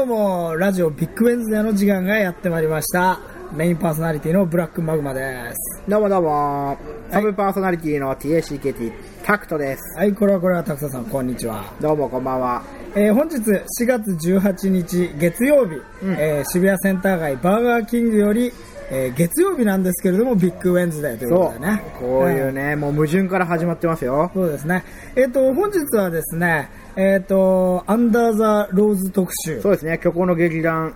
ラジオビッグウェンズデーの時間がやってまいりました。メインパーソナリティのブラックマグマです。どうもどうも、サブパーソナリティの TACKT タクトです。はい、これはこれは、たくさんさん、こんにちは。どうもこんばんは。えー本日4月18日月曜日、えー渋谷センター街バーガーキングより、えー月曜日なんですけれども、ビッグウェンズデーということそでう、ね。こういはうね、もう矛盾から始まってますよ。そうですね。えっ、と、本日はですね、えっ、と、アンダーザローズ特集。そうですね、虚構の劇団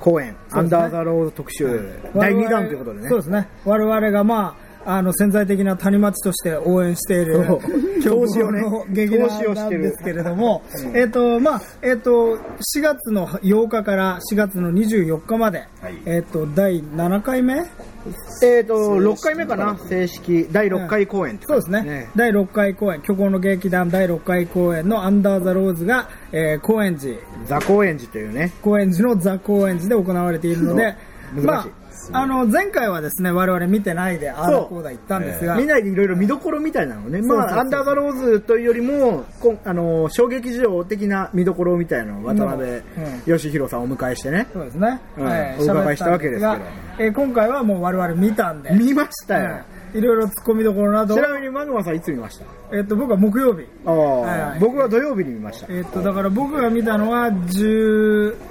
公演、そアうでンすねダーザローズ特集、我第々2弾ということでねそう。ですね。我々がまあ、あの、潜在的な谷町として応援しているそう、投資をね劇団投資をなしんてるですけれども、えっと、まあ、えっと、4月の8日から4月の24日まで、はいえっと、第7回目えっ、ー、と、6回目かな、正式、第6回公演ってそう感でじすね。第6回公演、虚構の劇団第6回公演のアンダーザローズが、えー、高円寺、ザ公演寺というね、高円寺のザ・高円寺で行われているので、そうま難しいあ、あの、前回はですね、我々見てないで、ああだこうだ言ったんですが、見ないでいろいろ見どころみたいなのね、まそうそうそうあ、アンダーザローズというよりも、こあの衝撃場的な見どころみたいなのを渡うんう辺ん義弘さんをお迎えしてね、そうですね。うんえーお伺いしたわけですけど喋ったんですがえー今回はもう我々見たんで、見ましたよ、うんいろいろ突っ込みどころなどち、なみにマグマさんいつ見ましたえっと、僕は木曜日。あはいあ、僕は土曜日に見ました。えっと、だから僕が見たのは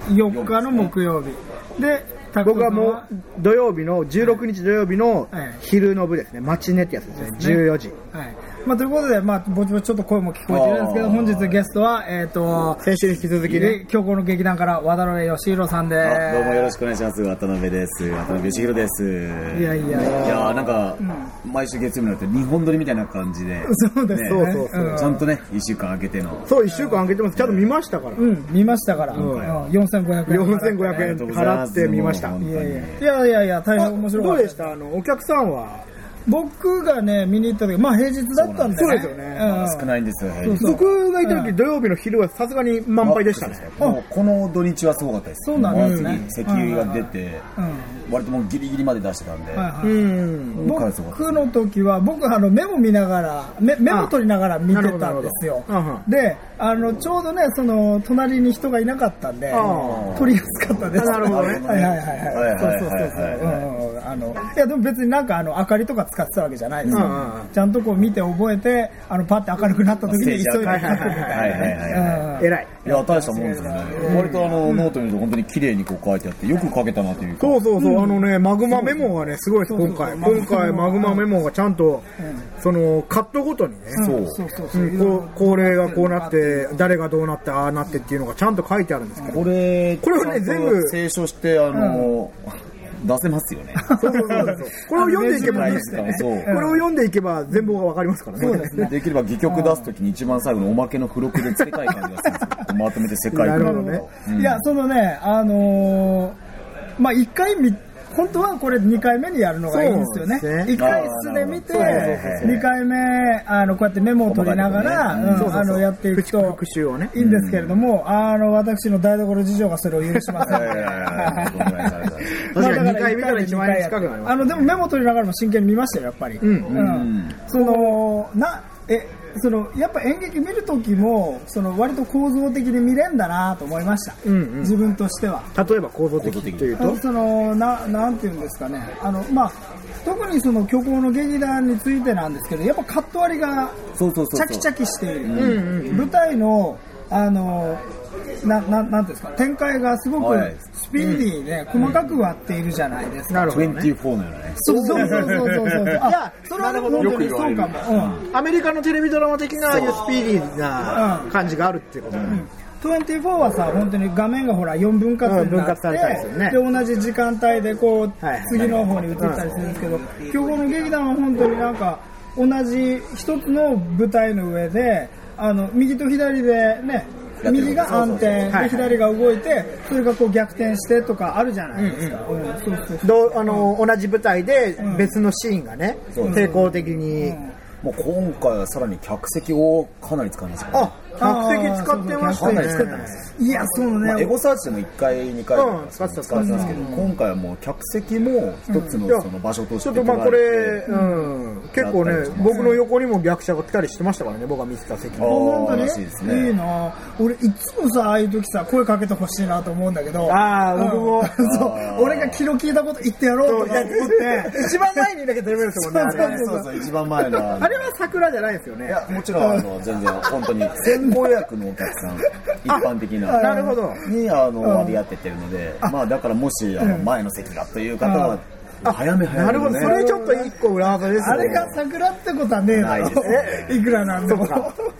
14日の木曜日。で、タクト僕さはんもう土曜日の16日土曜日のええ昼の部ですね、マチネってやつですね、すね14時。はい。まあ、ということで、まあ、ぼちぼちちょっと声も聞こえてるんですけど、本日ゲストは、えっと、先週に引き続きね、強行の劇団から渡辺義弘さんであす。どうもよろしくお願いします。渡辺です。渡辺義弘です。いやいやいやーなんか、毎週月曜日になって日本撮りみたいな感じで。そうですねそうそうそちゃんとね、一週間空けての。そう、1週間あげてます、ちゃんと見ましたから、うん、見ましたから、うんん4500円。 4500円払ってみました。ありいがとうございますやいもう本当にやいやいやいや、大あ変面白かどっうたでしたあの、お客さんは、僕がね、見に行った時、まあ平日だったんでね。そうなんですそうですよねん少ないんですよ、平そう日。そう僕がいた時、土曜日の昼はさすがに満杯でしたね。もうこの土日はすごかったです。そうなんですねもう次石油が出て、う割ともうギリギリまで出してたんで。ん。はいはうい。ん。今回はすごかった僕の時は、僕あのメモ見ながら、メメモ取りながら見てたんですよあなるほどなるほ。で、あの、ちょうどね、その、隣に人がいなかったんであ、取りやすかったです。あなるほどねはいはいはいはい。はいはいはいはいそうそうそうそううんうん。あの、いやでも別になんかあの、明かりとか使ってたわけじゃないですようんうんうん。ちゃんとこう見て覚えて、あの、パッて明るくなった時に急いで書くみたいなはいはいはいはね。いうん偉い。いや、大したもんですね。割とあの、ノートに見ると本当に綺麗にこう書いてあって、よく書けたなというか。そうそうそう、あのね、マグマメモがね、すごいです、そう今そ回。うそう今回、マグマメモがちゃんと、その、カットごとにね、そうそうそうそうう。んこうこれがこうなって、誰がどうなって、ああなってっていうのがちゃんと書いてあるんですけど。これ、これをねちゃん全と部清書して、あの、出せます よね。そうそうそうそうこれを読んでいけばいいですよね。そうこれを読んでいけば全貌がわかりますからね。 できれば戯曲出すときに一番最後のおまけの付録で付けたい感じがするんですよ。こうまとめて世界なるほどねね。うんいや、そのね、あのーまあ、1回見、本当はこれ2回目にやるのがいいんですよね。そうですね1回素で見て、あーなるほどそうそうそう2回目、あの、こうやってメモを取りながら、細かいとこねうんうんあの、やっていくと復習をね。いいんですけれども、あの、私の台所事情がそれを許しません。いやいやい やいやごめんなさいごめんな確かさいにまあだ2回目から1万円近くなりますあの、でもメモ取りながらも真剣に見ましたよ、やっぱり。んうその、な、え、その、やっぱ演劇見るときも、その、割と構造的で見れんだなと思いました。うんうん自分としては。例えば構造的というあとの、そのななんていうんですかね、あのまあ、特にその虚構の劇団についてなんですけど、やっぱカット割りがそうそうそうそうチャキチャキしている、ん舞台のあのなななんていうんですか展開がすごくはいスピーディーで、細かく割っているじゃないですか。なるほどね。 24のよね。そうそうそうそうそうそう。いやあ、それはでも本当にそうかよくも。うんアメリカのテレビドラマ的なああいうスピーディーな感じがあるっていうことね。 24はさ、本当に画面がほら4分割にうん分なっ割て、されたりするねで同じ時間帯でこう、はいはい次の方に移ったりするんですけど、今日の劇団は本当になんか、同じ一つの舞台の上で、あの右と左でね、やってる右が暗転、そうそうそうはいはでい左が動いて、それがこう逆転してとかあるじゃないですか。うんそうそうそうどうあの同じ舞台で別のシーンがね、うん成功的にもう今回はさらに客席をかなり使いますから、ねあ、客席使ってましたかね。なり使ってます、いや、そうね。まあ、エゴサーチでも1回2回うん使ってた使ってたんですけど、今回はもう客席も一ついやのその場所としてちょっとまあこれ、捉えてうん、結構ねだったりします、ね僕の横にも逆者が来たりしてましたからね、僕が見てた席に。あ本当にらしいですねいいな俺いつもさああいう時さ声かけてほしいなと思うんだけどあー僕 もそう俺が気の利いたこと言ってやろうとか思って一番前にいなきゃ出れるんですもんね、 あれそうねそうそう一番前のあのあれは桜じゃないですよいね。やもちろんあの全然本当に先行予約のお客さん一般的ななるほど。にあの割り当ててるのでまあだからもしあの前の席だという方は早め早めなるほど、それちょっと一個裏技ですね。あれが桜ってことはねえだろないです いくらなんでも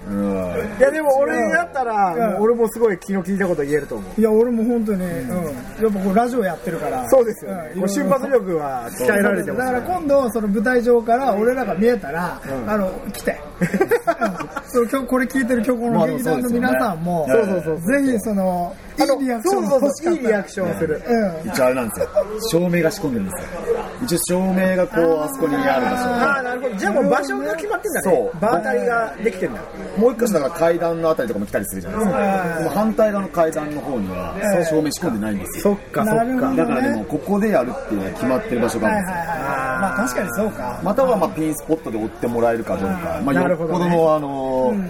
うんいやでも俺だったら、うんもう俺もすごい気の利いたこと言えると思う。いや俺も本当に、うんやっぱこうラジオやってるからそうですよね。んこう瞬発力は鍛えられてますだね。から今度その舞台上から俺らが見えたら、あの来て、うんそう今日これ聞いてる曲まのあでも劇団の皆さんも、そうですよねそうそうぜひそのいいリアクションそう欲しそかっうそう、いいリアクションをする。たうん一応あれなんですよ照明が仕込んでるんですよ一応照明がこうあそこにあるんですよああ、なるほど。じゃあもう場所が決まってんだね。そう場当たりができてんだ。もう一箇所だから階段のあたりとかも来たりするじゃないですか、でも反対側の階段の方には、そう照明仕込んでないんですよ、かなるほどねだからでもここでやるっていうのは決まってる場所があはるいんはいですはいよ、まあ確かにそうかまたはまあピンスポットで追ってもらえるかどうか、まあ、なよるっほぽどどねの、あのー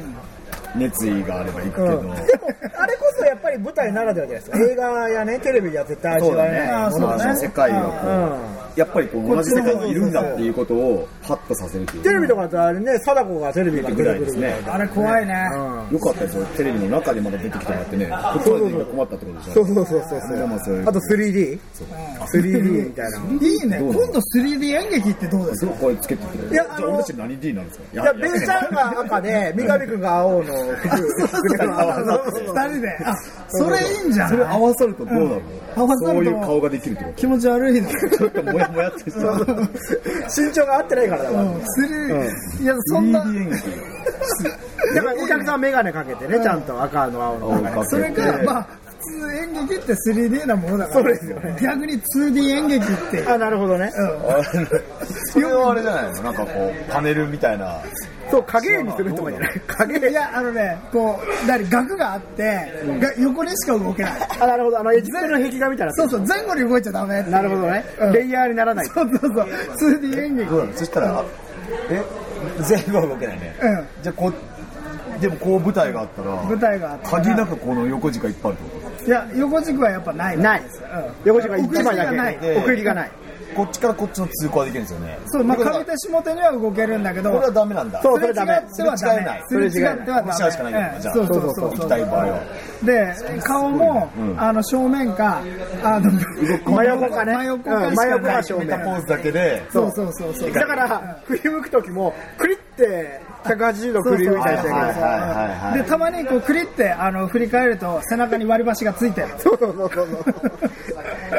熱意があれば行くけど、でも、あれこそやっぱり舞台ならではじゃないですか。映画やね、テレビじゃ絶対味そうわだえねない。あーそうだねまあの世界をこう、やっぱりこう同じ世界にいるんだっていうことをハッとさせるっていうテレビとかだとあれね、貞子がテレビにぐ出らてくいでるすぐらねいだ。あれ怖いね、よかったですよテレビの中でまだ出てきたらってね言葉でが困ったってことでしょそうそうそうそうでもそそう。いううあと 3D?3D みたいな。いいね今度 3D 演劇ってどうですすかごいこれつけてきてくれるいじやゃあのあ俺たち何 D なんですかいいや、ベンちゃんが赤で、三上くんが青の服。 2人であそれいいんじゃそれ合んわさるとどうなるの、合わさそうるいとう顔ができるってこ気持ち悪いねとちょっともやもやってしちゃう身長が合ってないからだから。 3いやそんな 3D 演劇だからお客さんメガネかけてね、ちゃんと赤の青の。をかそれけてかまあ普通演劇って 3D なものだからそうですよね逆に 2D 演劇ってあ、なるほどね。 それはあれじゃないのなんかこうパネルみたいなそう、影絵にするとかじゃない。影いやあのねこう何額があってが横にしか動けないあ、なるほど。あの、エジプトの壁画みたいな。そうそう前後に動いちゃダメっていうなるほどね。レイヤーにならない。そうそうそう 2D 演劇どうなのそしたらえ全部は動けないね、うんじゃあこうでもこう舞台があったら舞台があって鍵なんかこの横軸がいっぱいあるってこいや横軸はやっぱないない。横軸が一枚奥行きがなだいけ。奥行きがない。とこっちからこっちの通行はできるんですよねそうまあこれ上手下手には動けるんだけどこれはダメなんだそうすれ違ってはダメそすれれ違違いっないてはダメこっち側しかないんだもんうんじゃあそうそうそう行きたい場合はで顔もうんあの正面かあの真横かね。真横うかんしかな真い横か正決めたポ面。ーズだけでそうそうそうそうだから、振り向くときも、クリって180度振り向いたりしてるはいはいはいでたまにこうクリってあの振り返ると背中に割り箸がついてるそうそうそうそう。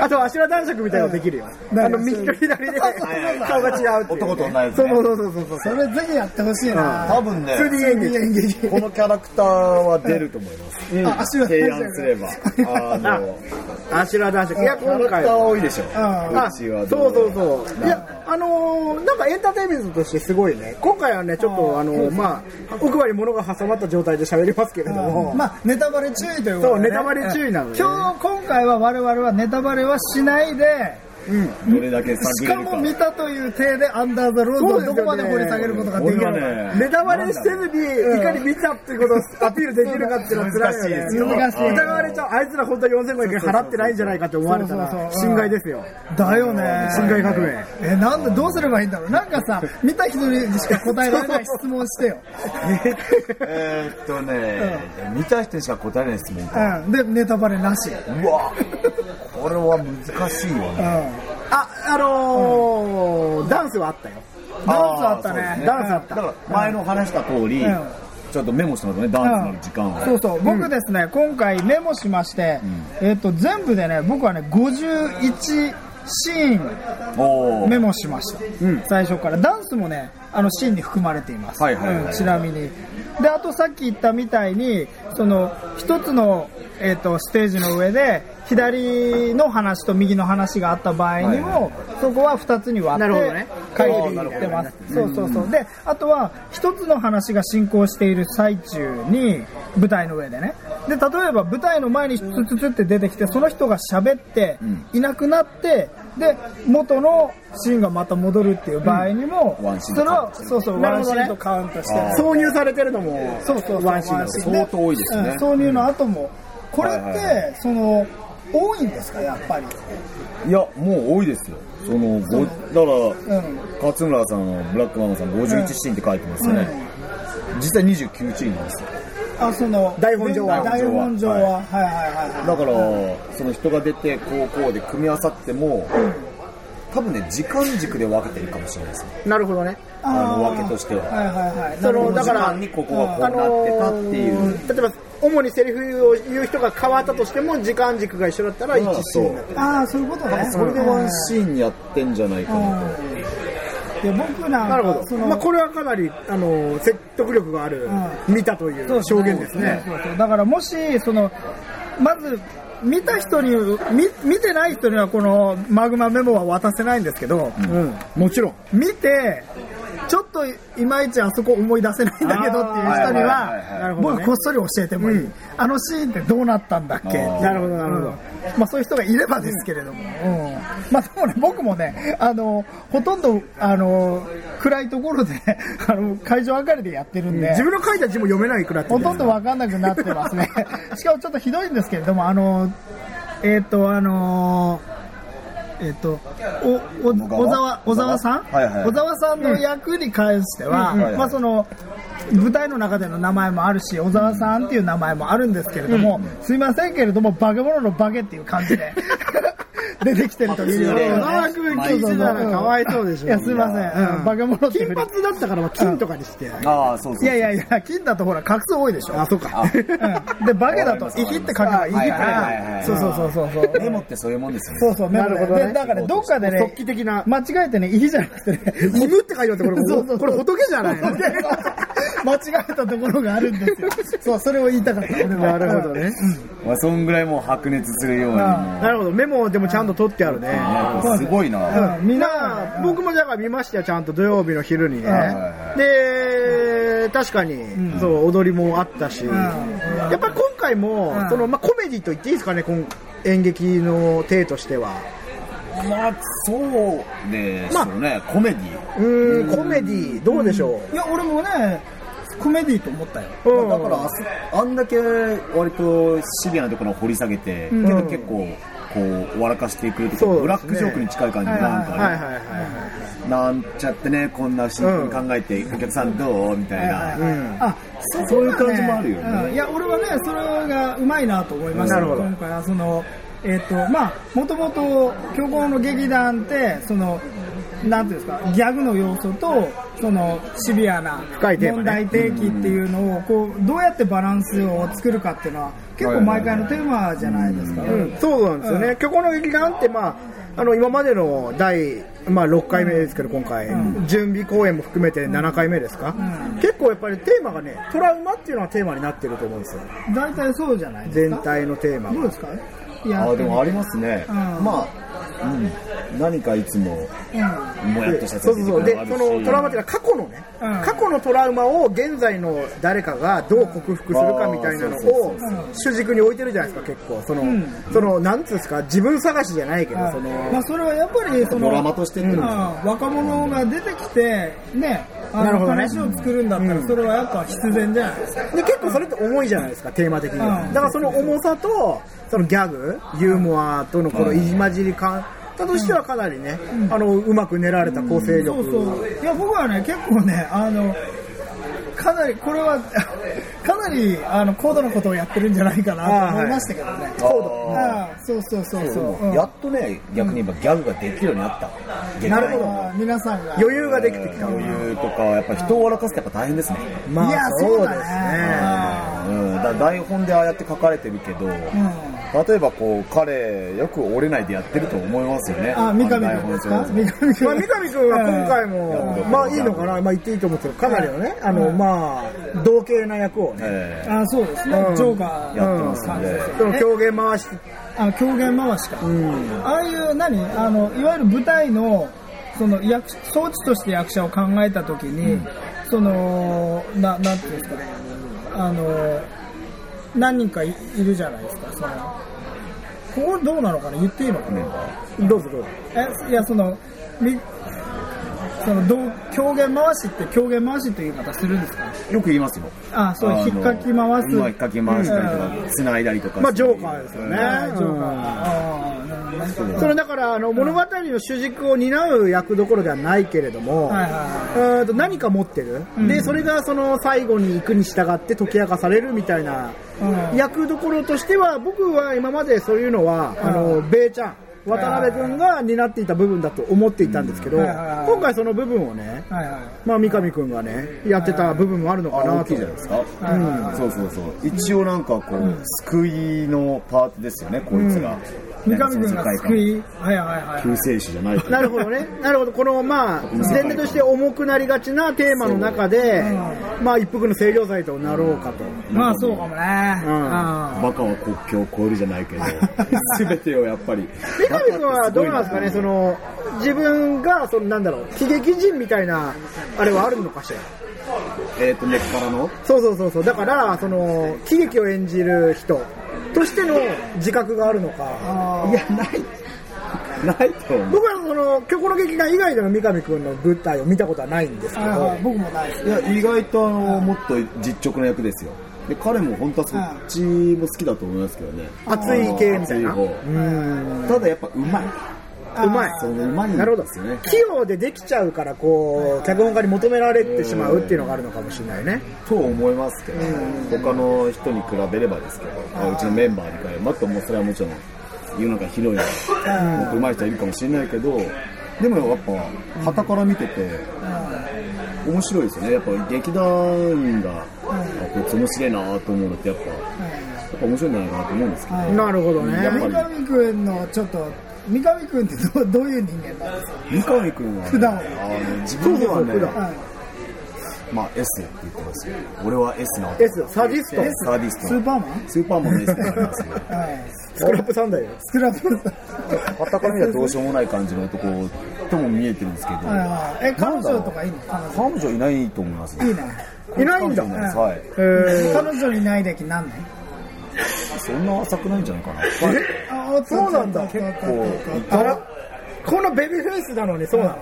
あと、足の男爵みたいなのできるよ。あの、右と左で顔が違うっていう。男と女やつそうねそうそうそうそう。それぜひやってほしいな多分ね 2D 演劇演劇このキャラクターは出ると思いますあ足の提案すればああの、アシュラ男爵。いや、キャ今ラクタ回ーは。多いでしょうあちはそどうそうそう。いなんかや、あのーなんかエンターテインメントとしてすごいね。今回はね、ちょっとあのーまあ、奥歯に物が挟まった状態で喋りますけれども。まあネタバレ注意ということで、ね、そうネタバレ注意なのね今日今回は我々はネタバレはしないでどれだけし探れかるかも見たという体でアンダーザロードをどこまで掘り下げることができるのそうですよねかネタバレせずに、いかに見たってことをアピールできるかっていうのは辛い難よね。しいですよ疑われちゃう。あいつら本当に4500円払ってないんじゃないかって思われたそうそうら、そううん侵害ですよ。だよね侵害革命。えなんでどうすればいいんだろうなんかさ見た人にしか答えられない質問してよ、えーっとね、見た人にしか答えない質問かうん、でネタバレなし、うわこれは難しいようん、ねダンあ、あのーダンスはあったよ。スあったあーそうですねねダンスあっただから前の話した通り、うんちょっとメモしてますねダンスの時間を、そうそう僕ですね、今回メモしまして、えっと全部でね僕はね51シーおンーメモしました、最初からダンスもねあのシーンに含まれています、はいはいはいはいうんちなみにであとさっき言ったみたいにその一つの、えっとステージの上で左の話と右の話があった場合にも、はいはいそこは2つに割ってなるほどね火曜日あーにな行るほってどねます、そうそうそうであとは一つの話が進行している最中に舞台の上でねで例えば舞台の前にツツツって出てきてその人が喋ってんいなくなってで元のシーンがまた戻るっていう場合にも、うんワンシーンそれをカウそントするうそう、なワるンほシどねーンとカウントしてあー挿入されてるのもそうそうそうワンシーンだワ相当多いですねうん挿入の後も、これって、はいはいはその多いんですかやっぱり、いや、もう多いですよ。その、ごだから、うん勝村さんのブラックママさん51シーンって書いてますよね。実際29シーンなんですよ。あその台本上は台本上ははいはいはいだから、その人が出て、高校で組み合わさっても、多分ね、時間軸で分けてるかもしれないですね。なるほどねあのー分けとしてははいはいはいそなのるほどだからこの時間にここがこうなってたっていう。ー例えば主にセリフを言う人が変わったとしても時間軸が一緒だったらまあ1シそーンうになるああそういうことねそれでワンシーンやってんじゃないかなと。いや僕なんなかるほそど、の、まあ、これはかなりあの説得力がある、うん見たといそうう証言ですねそうそうそうだからもしそのまず見た人に見見てない人にはこのマグマメモは渡せないんですけど、うん、もちろん見てちょっといまいちあそこ思い出せないんだけどっていう人にあーはいはいはいははい僕はこっそり教えてもいい、うんあのシーンってどうなったんだっけっていうあーなるほどなるほど、うんまあ、そういう人がいればですけれども、うんまあ、でもね僕もねあのほとんどあの暗いところであの会場明かりでやってるんで、自分の書いた字も読めないくらいってほとんど分かんなくなってますねしかもちょっとひどいんですけれどもあのえっ、とあのえっ、とおお小川小沢小沢さん、はいはい小沢さんの役に関しては、うんうんはいはいまあその舞台の中での名前もあるし小沢さんっていう名前もあるんですけれども、すいませんけれども化け物の化けっていう感じで出てきてるというよりはね小沢君聞いてたらかわいそうでしょいやすいません、うん、化け物って振金り髪だったからまあ金とかにして、ああ、そうそうそう。いやいやいや金だとほら画数多いでしょあ そうかうんで、バゲだと、イヒって書けばいいかはいはいはいはら、いそうそうそうそうそう。メモってそういうもんですよね。そうそう、メモなるほどねでだから、どっかでね、即帰的な間違えてね、イヒじゃなくてね、犬って書いてあってこれそうそうこれ仏じ ゃないの間違えたところがあるんですよ。そう、それを言いたかった、俺はなるほど。ね、まあ、そんぐらいもう白熱するようにもあなるほどメモでもちゃんと取ってあるね、う、すごいな。うんみんまなあ、、僕もだから見ましたよ、ちゃんと土曜日の昼にねはいは。で、確かに、そう、踊りもあったし、んやっぱり今回もうん、その、まあ、コメディと言っていいですかね、こん演劇の体としては。まあ、そうですよね、コメディ。うーん、コメディ、どうでしょいや、俺もね、コメディと思ったよ。う。うんだからあそ、あんだけ割とシビアなところを掘り下げて、けど結構、こう、笑かしてくれるとそうか、ですねブラックジョークに近い感じはないんはいかはいはいね、はいはい。なんちゃってね、こんなシンプルに考えて、お客さんどうみたいな。んあそういう感じもあるよねうんいや俺はねそれがうまいなと思いましたなるほど今回はそのえっ、とまあもともと強豪の劇団ってそのなんていうんですかギャグの要素とそのシビアな深いテーマね問題提起っていうのをこうどうやってバランスを作るかっていうのは結構毎回のテーマじゃないですか、うんそうなんですよね。虚構の劇団って、まあ、あの、今までの第、まあ、6回目ですけど、今回、準備公演も含めて7回目ですか、結構やっぱりテーマがね、トラウマっていうのがテーマになってると思うんですよ。大体そうじゃないです全か体のテーマどうはですかいやああ、でもありますね。うんまあ、うん、何かいつも、うんもやっとしたそうそうそうであるしそのトラウマっていうのは過去のね、うん過去のトラウマを現在の誰かがどう克服するかみたいなのあーそうをそうそ主う軸に置いてるじゃないですか結構その、そのなんつうんですか自分探しじゃないけど、その、まあ、それはやっぱりそのドラマとしてっていうのはうん若者が出てきてねあなのるほどね話を作るんだったらそれはやっぱ必然じゃないですか、で結構それって重いじゃないですかテーマ的には、うんだからその重さとそのギャグユーモアとのこの入り混じり感だとしてはかなりね、あのうまく練られた構成力、そうそういや僕はね結構ねあのかなりこれは かなりあの高度なことをやってるんじゃないかなと思いましたけどね、あーああそうそうそうそう、うんやっとね、逆に言えばギャグができるようになった。なるほどあー皆さんが余裕ができてきた、余裕とか、やっぱ人を笑かすってやっぱ大変ですね。まいやあそそううだでねすねうん、だから台本でああやって書かれてるけど、例えばこう、彼、よく折れないでやってると思いますよね。あ三上台君本です上か三上君 まあ、三上君は今回も、うんまあいいのかな、まあ言っていいと思ってるかなりのね、あの、まあ、同型な役をね、えあーそうですね、うんジョーカーやのってますんで感じその狂言回し、あの狂言回しか、ああいう何あのいわゆる舞台のそその役装置として役者を考えた時に、そのななんていうんですかねあの何人かいいるじゃないですかそのここどうなのかな言っていいのかな、どうぞどうぞ。えいやそのみそのどう狂言回しって狂言回しという言い方するんですかよく言いますよ。あそうあの引っかき回すまあ引っかき回したりとうんか、繋いだりとか。まあ、ジョーカーですよね。はいジョーカーうんあーなるほどねそうそれだからあの物語の主軸を担う役どころではないけれども、はいはいはうんと何か持ってる、でそれがその最後に行くに従って解き明かされるみたいなうん役どころとしては僕は今までそういうのは、あのベイちゃん渡辺君が担っていた部分だと思っていたんですけど、うんはいはいはい今回その部分をね、はいはいまあ、三上君がねやってた部分もあるのかあなと大きいじゃないですか。はいはいはいそうそうそう。一応なんかこう、救いのパートですよね、こいつが。三上君なんかがその救世界観。いはいはいはい救世主じゃないと。なるほどね。なるほど。この、まあ、前例として重くなりがちなテーマの中で、まあ、一服の清涼剤となろうかと。まあそうかもねんバカは国境を越えるじゃないけど、すべてをやっぱり。三上君はどうなんですかね、その、自分が、その、なんだろう、喜劇人みたいな、あれはあるのかしら。えっと、根っからのそうそうそうそう。だから、その、喜劇を演じる人としての自覚があるのか。あいや、ない。ないと思う。僕はその、虚構の劇団以外での三上君の舞台を見たことはないんですけーはいはどい、僕もないですいや、意外とあの、もっと実直な役ですよ。で、彼も本当はそっちも好きだと思いますけどね。熱い系みたいな。あうの熱いん。方ただやっぱうまい。うまい。そのうまいんなるほどですよね。器用でできちゃうからこう脚本家に求められてしまうっていうのがあるのかもしれないねと思いますけど、他の人に比べればですけど、まあうちのメンバーに比べれば、ともうそれはもちろん、世の中広いので、もっと上手い人はいるかもしれないけど、でもやっぱ、傍から見てて、面白いですよね。やっぱ劇団が、あこいつ面白いなと思うのって、やっぱ、やっぱ面白いんじゃないかなと思うんですけど、はいなるほどやっねぱり三上君のちょっと三上君ってどうどういう人間なんですか三上君は、普段あの自分ではねそうそうそう普、段はいまあ S って言ってますよ。俺は S なわけ。 S サディスト S サーディスト。スーパーマンスーパーマンですって言われますよ。はいスクラップサンダーよスクラップはたから見たらどうしようもない感じの男とも見えてるんですけど、はいはいえ彼女とかいいの彼彼女いないと思います女いいね。ねいないんだ彼女いないですはい。え彼女いない歴何年そんな浅くないんじゃないかな。ああそうなんだ結こう、い構たら、ーこのベビーフェイスなのにそうなの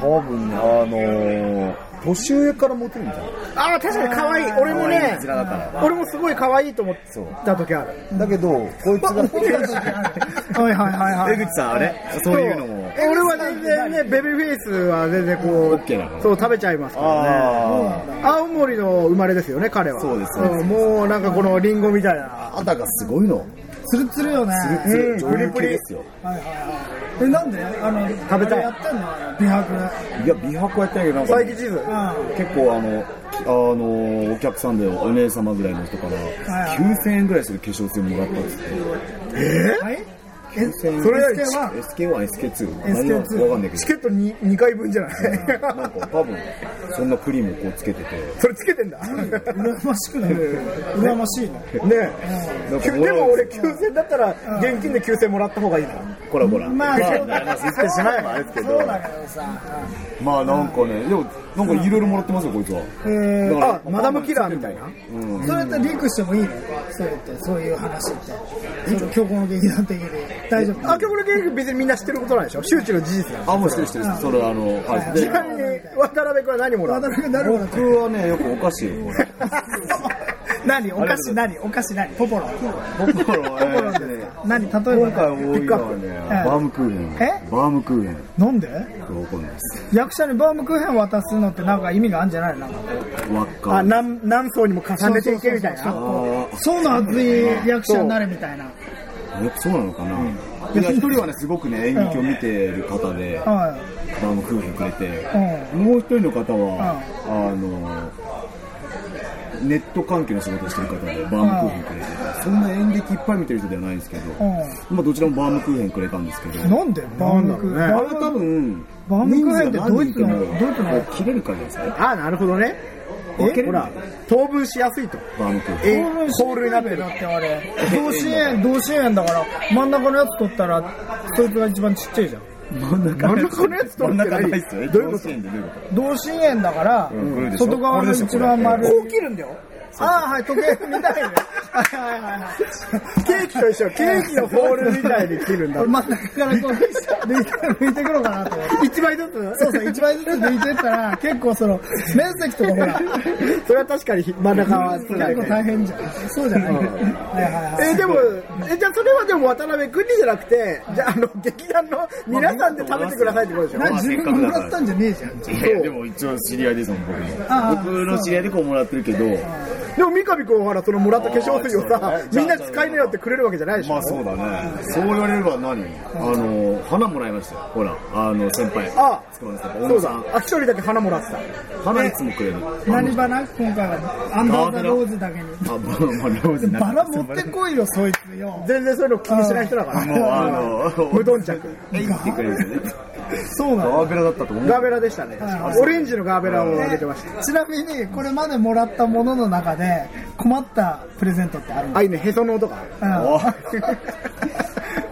多分ね、あのー、年上からモテるんじゃないああ確かに可愛い俺も可愛ねい面だから。俺もすごい可愛いと思っそうた時あるだけど、こいつが、はいはいはいはい 江口さんあれそういうのも。俺は全然ねベビーフェイスは全然こうッケーなのそう食べちゃいますからねあ青森の生まれですよね彼はそうですそうですんもうなんかこのリンゴみたいなあ、肌がすごいの。ツルツルよねツルうんツル女優プリ系プリですよ。はいはいはいえなんであの食べたいあれやってんのあの美白いや、美白はやってないけど、なんか佐ね、伯地図うん結構あの、あの、お客さんでお姉様ぐらいの人からはい、 9000円ぐらいする化粧水もらったっつって。はいえそれそれより SK は SK1、SK2。何が SK2 わかんないけチ ど。ケット 2, 2回分じゃないなんか多分、そんなクリームをこうつけてて。それつけてんだ。ね羨ましくない羨ましいねなんきかゅでも俺9000だったら現金で9000もらった方がいいな。ほらほら。まあそうだまあ言ってしまえばあれですけそどう。だけどさまあなんかね、でも、なんかいろいろもらってますよ、こいつは。えだーからあ、マダムキラーみたいな。うん。それってリンクしてもいいのそれってそういう話ってその虚構の劇団的に大丈夫あ、曲の原曲別にみんな知ってることなんでしょ周知の事実なんであ、もうしてるしてる。それあの、はい。ちで、なみに渡辺君は何もら渡うの辺君なるほど僕はね、よくお菓子をもらう。 何お菓子何お菓子何ポポロ心はポポロねですか何例今え回ば多いのはね、バームクーヘン。えバームクーヘン。なんでわかんないです。役者にバームクーヘン渡すのってなんか意味があるんじゃないのなんか輪っか。あ、何、何層にも重ねていけみたいそうそうな。そうそうの熱い役者になるみたいなえそうなのかな、いや一人はねすごくね演劇を見てる方で、あはのクーヘンくれて、いもう一人の方は、あのネット関係の仕事をしてる方でバームクーヘンくれて、そんな演劇いっぱい見てる人ではないんですけど、うまあどちらもバームクーヘンくれたんですけど、うんなんでバームクーヘンあれ多分バームクーヘンって人数が何人いてもドイツのドイツのこう切れるからじゃないですかあ、なるほどね。分けれほるら、当分しやすいと。バームクーヘンえ、ホールになってるだ。ってあれ同心円同心円だから真ん中のやつ取ったらそいつが一番ちっちゃいじゃん真ん中真ん中のやつ取真るってん中何ないっすよね。どういうこ甲子園でどういうこ同心円だから、んこれでしょ外側の一番丸いこう切るんだよ。ああはい時計みたいねはいはいはいはいケーキと一緒。ケーキのホールみたいに切るんだ 俺。真ん中からこう抜いて抜いてくのかなと思って一枚 ずつそうそう一枚ずつ抜いてったら結構その面積とかほらそれは確かに真ん中はつら結い構ね。大変じゃんそうじゃないはいはいはいえーでも、えじゃあそれはでも渡辺君にじゃなくて、じゃああの劇団の皆さんで食べてくださいってことでしょな自分がもらったんじゃねえじゃんと。いやでも一応知り合いですもん、僕あも。ー僕の知り合いでこうもらってるけど、でも三上君はほら、そのもらった化粧水をあさー、みんな使いなよってくれるわけじゃないでしょまあそうだね。そう言われれば何あの、花もらいましたよ。ほら、あの、先輩。あつくばの先輩。そ小野うさだん。。あ、一人だけ花もらってた。花いつもくれる。何花今回はアンダーザローズだけにあ、まあ、まあ、ローズなバラ持ってこいよそいつよ全然そういうの気にしない人だから。もうあ の、無頓着。えいってくれるよね。そうなのガーベラだったと思う。ガーベラでしたね。オレンジのガーベラをあげてました。ちなみにこれまでもらったものの中で困ったプレゼントってあるのあ、いいね、へその音が。うんお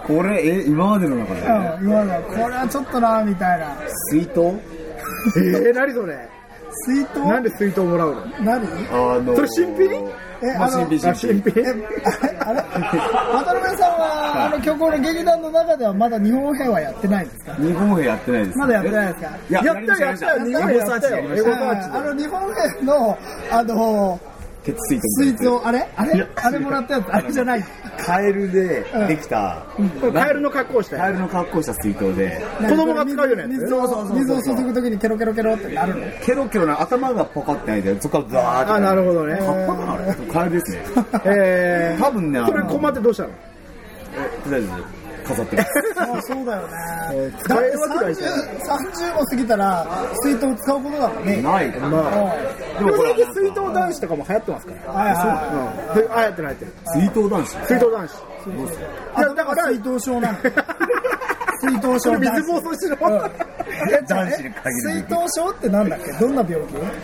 これ、え、今までの中で、うん今のこれはちょっとなみたいな水筒えー、何それ。水筒なんで水筒もらうの何あのそれ新品えまあ、あの新品、あ新新品。品あれ渡辺さんは、あの、虚構の劇団の中ではまだ日本編はやってないんですか日本兵やってないです。まだやってないですかえいや、やったよ、やったよ、日日本本兵やサーっチたよ。やりまエしゴたサーチあの、日本編の、あの、鉄水筒。スイーツを、あれあいれやあれもらったやつあれじゃない。カエルでうんできた、で。カエルの格好をしたカエよ。ルの格好した水筒で、子供が使うようなやつ水を、水を注ぐときにケロケロケロってなるの。ケロケロな頭がポカってないで、そこからザーって。あ、なるほどね。葉っぱかなあれカエルです ね。えー、多分ね、あのそれ困ってどうしたのとりあえず飾ってます。あそうだよね。使えるわけないじゃだって30、30を過ぎたら、水筒を使うことだもんね。ないかな。うんでも最近水筒男子とかも流行ってますから。はいはうん。流行ってないってる。水筒男子。水筒男子。い。あ、だから水筒症なの。水筒そ症れ男水子暴走してる。うんだかえじゃあ男子に限る水筒症ってなんだっけどんな病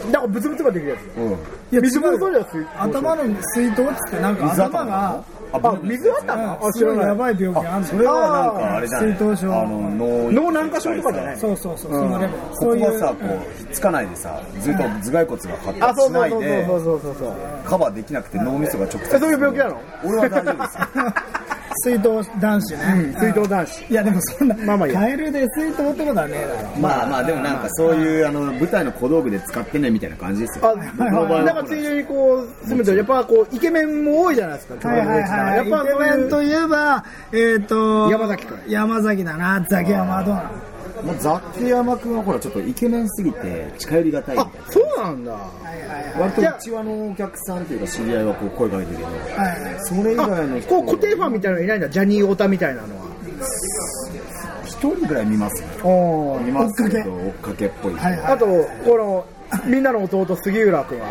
気らブツブツができるやつ。うん。いや水暴走違うじゃよん水。頭の水筒っつってなんか水頭が頭なあの、水あったうのんあ、知すごらいない。やばい病気あんのそれはなんかあれじゃない水筒症あの脳脳軟化症とかじゃないそうそうそうそのレベルそそうこいがうさ、こう、ひっつかないでさ、ずっと頭蓋骨が発あ、達そうしなそういそうで、そうそうそうそう。カバーできなくて脳みそが直接。えそういう病気なの俺は大丈夫ですよ。 水筒男子ね水筒男子。いやでもそんなまあまあいいやカエルで水筒ってことはねえだろまあまあ、でもなんかそういう、あの、舞台の小道具で使ってね、みたいな感じですよ。あ、なんかついでにこう、住むと、やっぱこう、イケメンも多いじゃないですか。はいはいはい。ややっっぱぱそういうといえば、えっ、と、山崎君山崎だな、ザキヤマはどうなのまあ、ザキヤマ君はほら、ちょっとイケメンすぎて、近寄りがたいみあたい、そうなんだ。な。割とうちわのお客さんというか、知り合いはこう、声かけてるけど、はいはい。それ以あ外の、人こう、固定ファンみたいなのいないんだ。ジャニーオタみたいなのは。一人ぐらい見ますね。お見ますけど、追っかけっぽい。はいあと、この、みんなの弟、杉浦君は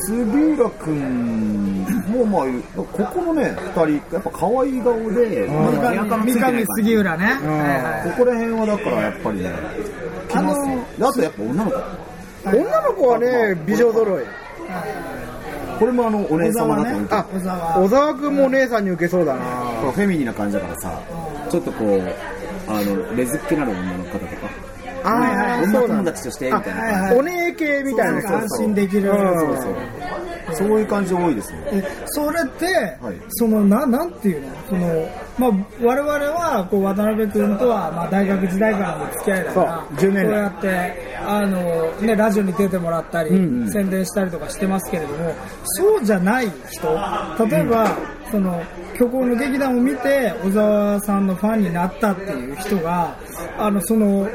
杉浦くんも、まあ、ここのね、二人、やっぱ可愛い顔で、まだヘアカットつい三てない上から杉浦ね。はいはいここら辺はだからやっぱりね、来ますよ。あとやっぱ女の子。女の子はね、美女揃い。これもあの、お姉様だと思うけどあ小沢、小沢君もお姉さんに受けそうだな。こうフェミニンな感じだからさ、ちょっとこう、あの、レズっ気なる女の方とか、ああ、女そうなん友だ。達としてみたいな感お姉系みたいななんか感安じ。心できる。うんじ。そうそう。そういう感じ多いですね。えそれって、はいそのななんていうのその、まあ、我々はこう渡辺君とは、まあ、大学時代からの付き合いだからそう10年来こうやってあの、ね、ラジオに出てもらったり、んうん宣伝したりとかしてますけれどもそうじゃない人例えば、その虚構の劇団を見て小沢さんのファンになったっていう人があのその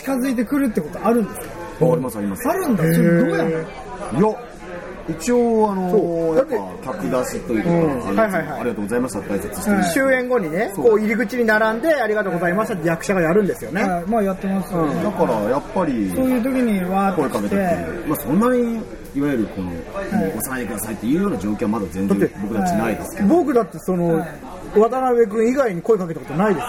近づいてくるってことあるんですかありますあります。あるんだそれどうやのいや、一応、あそのうやっぱ、客出しというか、うんあのはいはいはいありがとうございましたって挨拶してはるい終演後にね、こう入り口に並んで、ありがとうございましたって役者がやるんですよね。あまあやってますよね、だから、やっぱり、そういう時にわー声ってか来てけてくれるまあ、そんなに、いわゆるこの、押さないでくださいっていうような状況はまだ全だっ然て僕たちないですけど。僕だってその、渡辺君以外に声かけたことないですよ。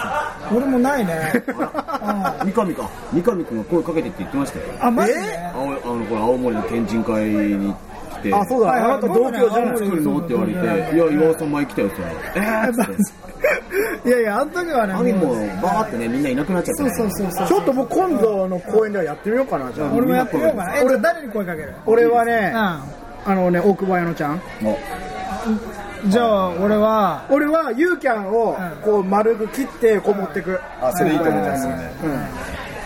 俺もないね。あら三上か。三上くんが声かけてって言ってましたよ。あ、マジで、あおあの、これ、青森の県人会に来て。あ、そうだ、はいはいあなた同居じゃない僕でねす来るのって言われて、いや、岩尾さん前来たよって言ったら、えーっつって。いやいや、あの時はね、アミもうバーってね、みんないなくなっちゃったそうねそうそうそう。ちょっと僕今度の公演ではやってみようかなじゃあ俺もやってみようかな。え、俺誰に声かける俺はうねん。あのね大久保彩乃ちゃんもじゃあ、俺は、俺はユーキャンうをんこう丸く切ってこう持ってくうあ、それいいと思いますね。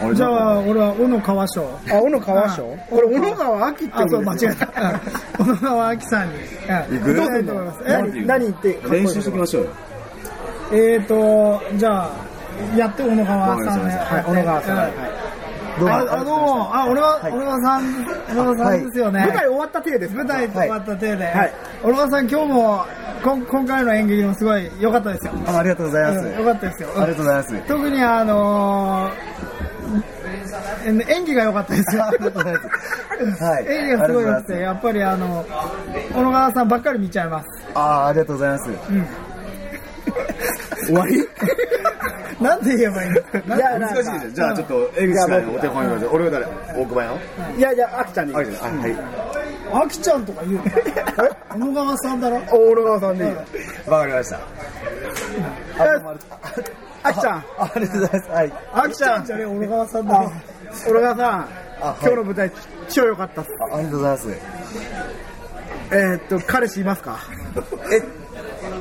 俺じゃあ、あ、俺は、小野川翔。あ小野川賞うん俺小野川秋ってあ、そう、間違えたた。小野川明さんに。うん行くどうすると思いますえ何何言ってかっこいい練習してきましょうよ。えーと、じゃあ、やって小野川さんね。はい小野川さんははいいあ、あどうも、あ、俺は、小野川さん、小野川さんですよね。舞台終わった体です舞台終わった手ではい、小野川さん、今日も、こん今回の演劇もすごい良かったですよ。あありがとうございます。うん良かったですよ。ありがとうございます。特にあのー、演技が良かったですよあ。りがとうございます。はい。演技がすごい良くて、ありがとうございますやっぱりあの、小野川さんばっかり見ちゃいます。あー、ありがとうございます。終わりなんて言えばいいんですかいやなん難しいかじゃん。じゃあ、ちょっと、江口さんにお手本を俺は誰大久保やのいやいや秋ちゃんにあ、じゃあ、はい。あきちゃんとか言うの小野川さんだろあ小野川さんでいいよわかりました。あ、どうもありがとう秋ちゃんあありがとうございます。はい。秋ちゃんじゃね、小野川さんだろ小野川さんあ今日の舞台超良かったっすあありがとうございます。えーっと彼氏いますか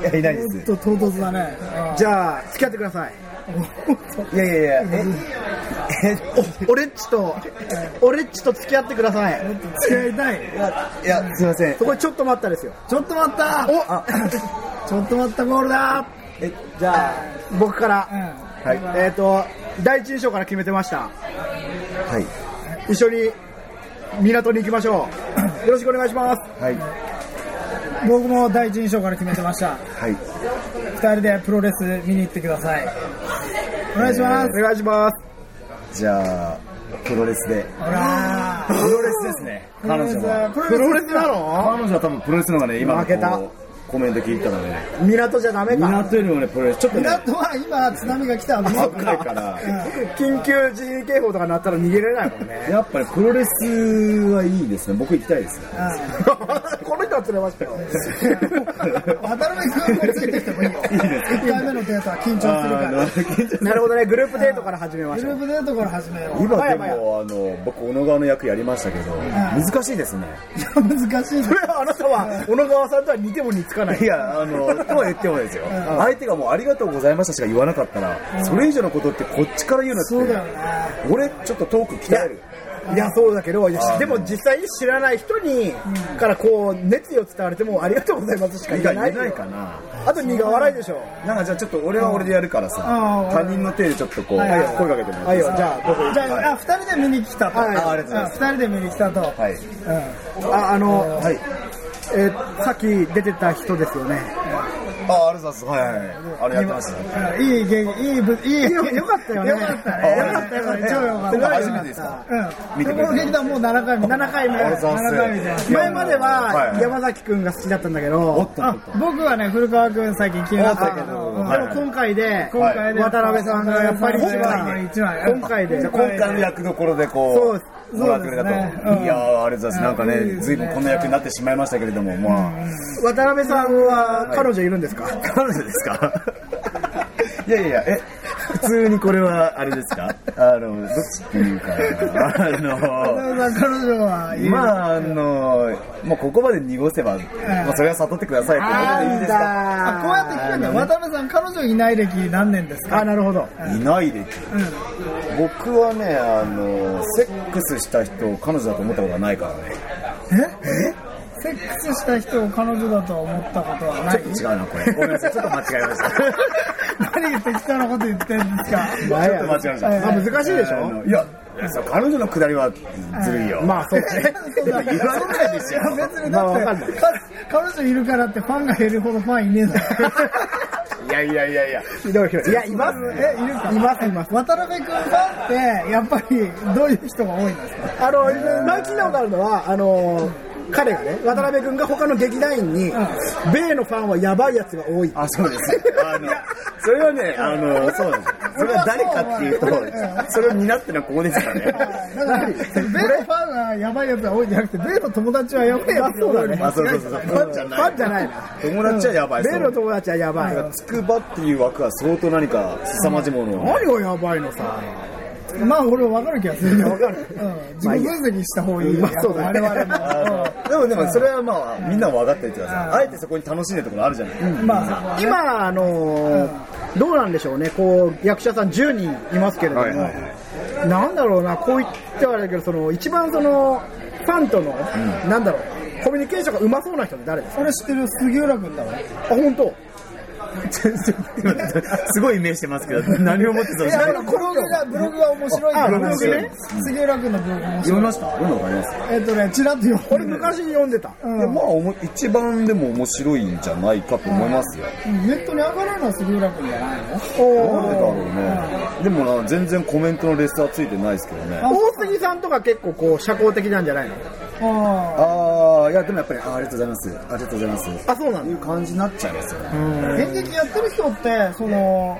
え、いや、いないでちょっとす。唐突だね。じゃあ付き合ってく ださいいやいやいや、え、俺っちと俺っちと付き合ってください付き合いたい。いや、いや、すいません。そこでちょっと待ったですよちょっと待ったあ、 ちょっと待ったゴールだえ、じゃあ、僕かうら、ん。はい。えーっと第一印象から決めてましたはい。一緒に港に行きましょうよろしくお願いしますはい。僕も第一印象から決めてました。はい。二人でプロレス見に行ってください。お願いします。お願いしますじゃあ、プロレスで。ほらプロレスですね。彼女は。ププロレススなの彼女は多分プロレスの方がね、今のこう負けたコメント聞いたらね、港じゃダメか港よりもね、プロレス、ちょっとね、港は今津波が来たんですよ危ないから、緊急地震警報とかなったら逃げれないもんねやっぱりプロレスはいいですね。僕行きたいです ね。 この人は釣れましたよ渡辺君もついてきてもいいよいいね1回目のデートは緊張する あから なるほどねグループデートから始めまグしルたープデートから始めよう今はでいはいも、あの、僕、小野川の役やりましたけど、難しいですね。いや難しいそれはあなたは小野川さんとは似ても似つかないいや、あの、とは言ってもですよ。相手がもうありがとうございましたしか言わなかったら、それ以上のことってこっちから言うのって、そうだよね俺ちょっとトーク鍛える。いやそうだけどいやでも実際に知らない人にからこう熱意を伝われてもありがとうございますしかい言えや、言なえいよないかな。あと苦笑いでしょなんかじゃあちょっと俺は俺でやるからさ、うん他人の手でちょっとこう、はいはいはい声かけてもらっはいてよさ。じゃあ僕じゃああ二人で見に来たとはいあありがとうございまあす二人で見に来たとはい。ああの、はい。えーさっき出てた人ですよねあ、ありがとうございます。はいはいはい。あれやってます。うんいい劇いいぶいいいいよよかったよねよかったあねよかったよかった超よかっこれた初めてですかうん見てくれたこの劇団もう7回目7回目ありがとうございます7回目じゃない前まではいははい山崎くんが好きだったんだけおどっ、とあっと。僕はね古川君最近気になったけあどーうんはいでも今回で、今回で渡辺さんがやっぱり一今番回今回でじゃあ今回の役どころでそこうう、もらってくれたと。そうですねうんいやー、ありがとうございます。なんかうんいいでね、すねずいぶんこんな役になってしまいましたけれども、まあ、渡辺さんは彼女いるんですか、彼女ですか いやいやいや、え、普通にこれは、あれですかあの、どっちっていうか、あの、渡辺さん彼女はいるまあ、あの、もうここまで濁せば、まあ、それは悟ってくださいってことでいいですかあこうやって聞くんだよあのね渡辺さん彼女いない歴何年ですかあ、なるほど。いないで、僕はね、あの、セックスした人を彼女だと思ったことがないからね。セックスした人を彼女だとは思ったことはなちょいっと違うな、これ。ごめんなさい、ちょっと間違えました。ちょ 何適当なこと言ってんですかっと間違えました。まあ難しいでしあょのいや、そう彼女のくだりはずるいよ。まあそうね。そうだ言わないでしょ別にまあわだかっんなていか彼女いるからってファンが減るほどファンいねえんだよいやいやいやいや。ひどいひどい。いや、います。えいるかいますいます渡辺君ファンってやっぱりどういう人が多いんですかあの、前聞いたことあるのは、あの、彼がね、渡辺君が他の劇団員に、米のファンはやばいやつが多い。あ、そうです。あの、それはね、あの、そうなんです。それは誰かっていうと、それを担ってるのはここですからね。だからベルファンはがやばいやつは多いんじゃなくて、ベイの友達はやばいやつが多いのあ、そうそうそう。ファンじゃない。ファンじゃないな友達はやばい。ベイの友達はやばいそうつくばっていう枠は相当何か凄まじものを。何がやばいのさまあ、俺は分かる気がするよ。 わかるうん。自己分析した方がいい。まあいいややっぱ我々も。うんでもでもそれはまあみんなも分かってるっていうかさ、あえてそこに楽しんでるところあるじゃない。まあ、今あのーどうなんでしょうねこう役者さん10人いますけれども、はいはいなんだろうなこう言ってはあれだけどその一番そのファンとの、なんだろうコミュニケーションがうまそうな人って誰ですか俺知ってる杉浦君だわ。あ本当すごい目してますけど、何を思ってたのいや、あの、ブログが、ブログが面白いんだあよブログね杉浦君のブログ面白読い。みました読んだことありますえっとね、ちらっと読む。俺昔読んでた、うんいやまあおも一番でも面白いんじゃないかと思いますよ。ネットに上がるのは杉浦君じゃないのなんでだろうね。でもな全然コメントのレスターついてないですけどね。大杉さんとか結構こう社交的なんじゃないのあああいやでもやっぱりあありがとうございますありがとうございますあそうなっていんうだ感じになっちゃいますよね。あ。演劇やってる人って、その、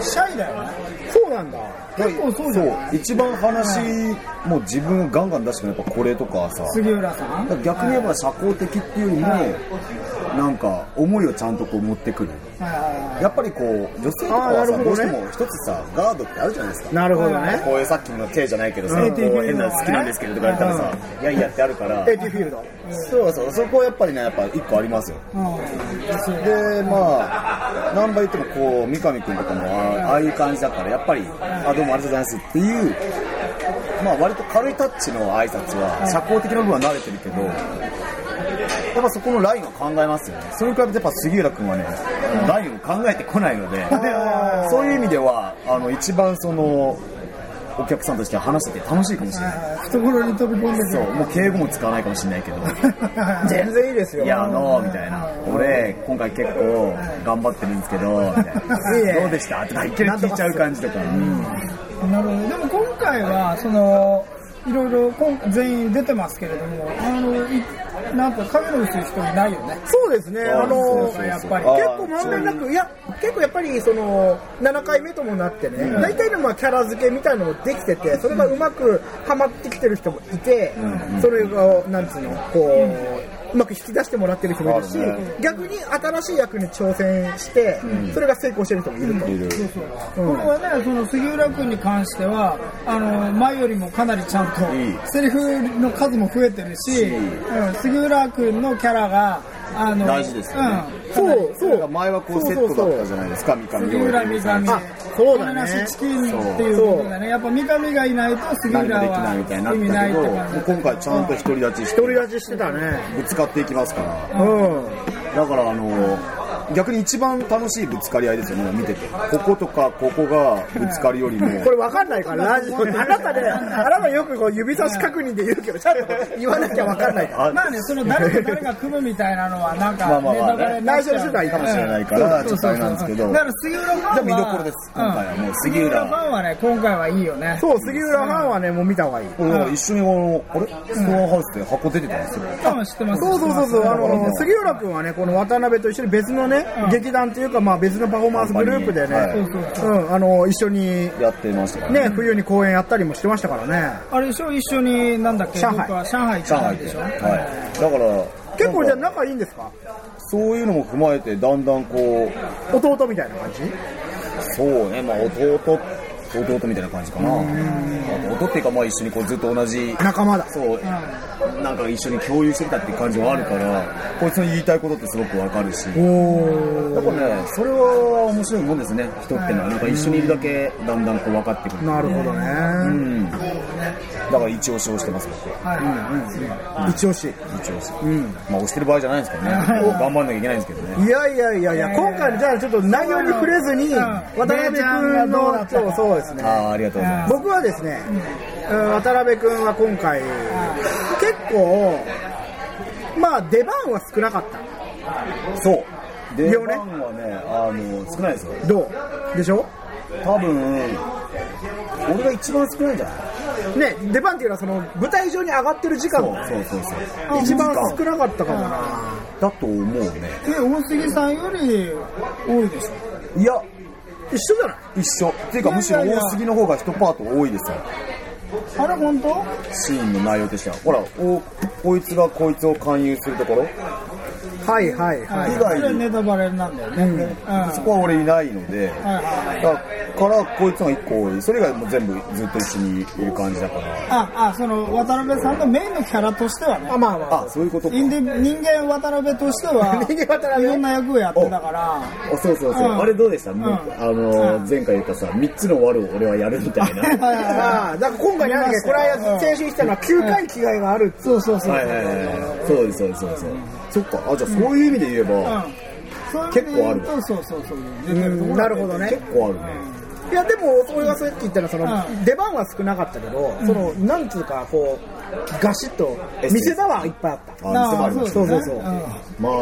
シャイだよね。そうなんだ結構そうじそゃうない一番話、もう自分をガンガン出してくるやっぱこれとかさ杉浦さん。逆に言えば社交的っていうよりも、なんか思いをちゃんとこう持ってくるはいはいはいやっぱりこう女性とかあーなはるさほどどうしてねも一つさガードってあるじゃないですかなるほどねこういうさっきの手じゃないけどさ、うんこう変なの好きなんですけどとか言ったらさ、いやいやってあるから、 AT フィールドそうそう、そこはやっぱりね、やっぱ一個ありますよ。うん。でまあ何倍言ってもこう三上君とかもあああいう感じだからやっぱり「あどうもありがとうございます」っていう、まあ、割と軽いタッチの挨拶は社交的な部分は慣れてるけどやっぱそこのラインは考えますよねそれに比べてやっぱ杉浦君はねラインを考えてこない のでそういう意味ではあの一番そのお客さんとしては話してて楽しいかもしれない。懐に飛び込んでく そる。うもう敬語も使わないかもしれないけど全然いいですよいや、あのみたいな。俺、今回結構頑張ってるんですけど、みたいいえな。どうでしたとか、いきなり聞いちゃう感じとか。なるほど。でも今回は、その、いろいろ今全員出てますけれども、あの、いなんかカメラをする人いないよね。そうですねあのそうそうそうやっぱりあー結構まんべんなくいや結構やっぱりその7回目ともなってね、大体のまあキャラ付けみたいのもできててそれがうまくハマってきてる人もいて、それをなんつうのこう、うまく引き出してもらってる人もいるし、あるね逆に新しい役に挑戦して、それが成功してる人もいると、いるそうそう。これはね、その杉浦君に関しては、あの、前よりもかなりちゃんいいと、セリフの数も増えてるし、うん、杉浦君のキャラが、あの、大事ですよねうんそうそう前はこうセットだったじゃないですか、三上杉浦三上あそうだ亀ね梨チキンっていうことだねやっぱ三上がいないと杉何も浦できないみたいにはなっ意味なたいけっど、てもう感じ今回ちゃんと独り立ちして、独り立ちしてたねぶつかっていきますから。うんだからあの逆に一番楽しいぶつかり合いですよね、見てて。こことかここがぶつかるよりも。これわかんないからラジオ であなたねあなたよくこう指差し確認で言うけどちゃんと言わなきゃわかんないからあまあねその誰と誰が組むみたいなのはなんまかあまあネまあタバレになっちゃう内緒にしてたらいいかもしれないから、ちょっとあれなんですけど。だから杉浦ファンはじゃあ見どころです今回はもう杉浦ファンはね今回はいいよねそう杉浦ファンはねもう見た方がいい俺だから一緒にあの、あれストーンハウスで箱出てたんですよ。多分知ってますそうそうそうそう、あのね杉浦君はね、この渡辺と一緒に別のね、うん劇団というか、まあ、別のパフォーマンスグループでね、はいそうそうそううん、あの一緒に、やってましたからね、冬に公演やったりもしてましたからね、あれでしょ一緒になんだっけ上海僕は上海行っ上た海んででししょょ。はい。だから、結構じゃあ、なんか仲いいんですか、そういうのも踏まえて、だんだんこう、弟みたいな感じ、そうね、まあ弟、弟みたいな感じかな。弟っていうか、まあ一緒にこうずっと同じ、仲間だ、そう、なんか一緒に共有してきたっていう感じはあるから、こいつの言いたいことってすごくわかるし。だからね、それは面白いもんですね、人ってのは。なんか一緒にいるだけ、だんだんこう分かってくる。なるほどうね、ん。だから一押しをしてます、僕は。はい一押し、一応、まあ押してる場合じゃないんですけどね、頑張んなきゃいけないんですけどね。いやいやいやいや、今回、じゃあちょっと内容に触れずに、うん渡辺君姉ちゃんがどうだのっ、たそうかそうですねあ。あ、ありがとうございます。僕はですね、うん渡辺君は今回、結構、まあ出番は少なかった。そう。で、よね番はね、あの、少ないですよ。どうでしょ多分、俺が一番少ないんじゃないね、出番っていうのはその舞台上に上がってる時間がそうそうそう。一番少少なかったかもな。だと思うね。え大杉さんより多いでしょいや、一緒じゃない一緒。っていうか、むしろいやいやいや大杉の方が一パート多いですよ。あれ本当シーンの内容としてはほらおこいつがこいつを勧誘するところはいはいははい。い以外にそれネタバレなんだよね。うん。はそこは俺いないのでいはい。だからこいつが1個多いそれ以外も全部ずっと一緒にいる感じだからあ、あ、その、渡辺さんのメインのキャラとしてはねあ、。まあまあ。あそういうことかインディ人間渡辺としては、人間渡辺いろんな役をやってたから、あそうそうそうう、んあれどうでした、もううんあのーうん前回言ったさ3つの悪を俺はやるみたいなはいはいはああ、だから今回なんだっけこれは青春したのは9回着替えがあるい。そうそうそう。はいはいはいはいそうですそうですそうです、そっかあじゃあそういう意味で言えば、うん。そういう意味で言うと結構そうそうそう。うんなるほどね結構あるねいやでも俺がさっき言ったのはその、うん出番は少なかったけど、そのなんつうかこうガシッと見せ場はいっぱいあったああありましたそうそねうそううんまあ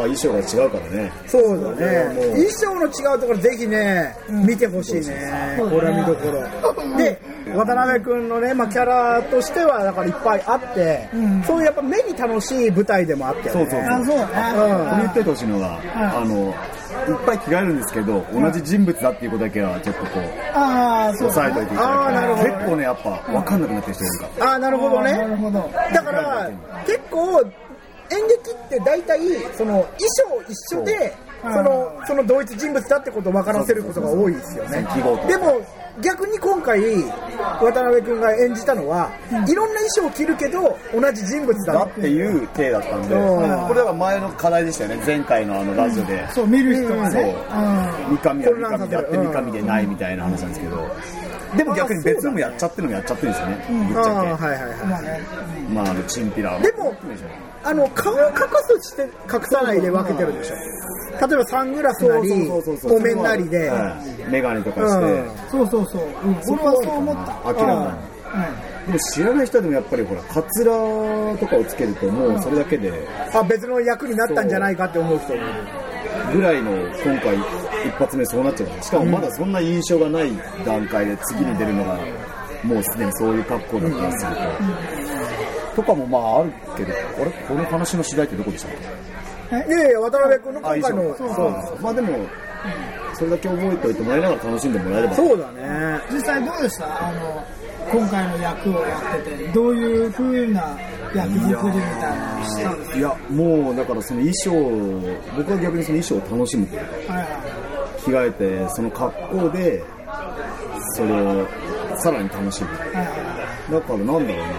衣装が違うからねそうだねもう衣装の違うところぜひね、見てほしいねそうそうこれは見どころで渡辺君のね、まあ、キャラとしてはだからいっぱいあって、うんそういうやっぱ目に楽しい舞台でもあって、ね、そうそうあ、そううんだ言ねっ。といてほしいのが、あのいっぱい着替えるんですけど同じ人物だっていうことだけはちょっとこうああ、そう押さだえとね。いていただあーなるきほたいど結構ねやっぱ分かんなくなってる人いるからああなるほどねなるほど。だから結構演劇って大体その衣装一緒でそうそのその同一人物だってことを分からせることが多いですよねそうそうそうでも逆に今回渡辺君が演じたのは、いろんな衣装を着るけど同じ人物だだっていう体だったんで、うんこれは前の課題でしたよね前回のあのラジオで、そう、見る人はそうね。うん。三上混乱は三上させるでやってうん三上でないみたいな話なんですけど、でも逆に別のもやっちゃってるのもやっちゃってるんですよね、ぶっあちあゃはいはいはいまあね。け、まああのチンピラでもあの顔を隠すして隠さないで分けてるでしょ例えばサングラスなりお面なりで、眼鏡とかうしんて、そうそうそう。うん俺はそう思った。明らかにでも知らない人でもやっぱりほらカツラとかをつけるともうそれだけであ別の役になったんじゃないかって思う人もいるぐらいの今回一発目そうなっちゃうしかもまだそんな印象がない段階で次に出るのがもうすでにそういう格好だったりするととかもまああるけどあれこの話の次第ってどこでしたっけいやいや渡辺君の今あ回のそうそうまあでもそれだけ覚えておいてもらいながら楽しんでもらえればそうだね実際どうでしたあの、今回の役をやってて、どういう風な役作りみたいなのしたんですいやもうだからその衣装を僕は逆にその衣装を楽しむというかかはいは着替えてその格好でそれをさらに楽しむいはいはだからなんだろうなや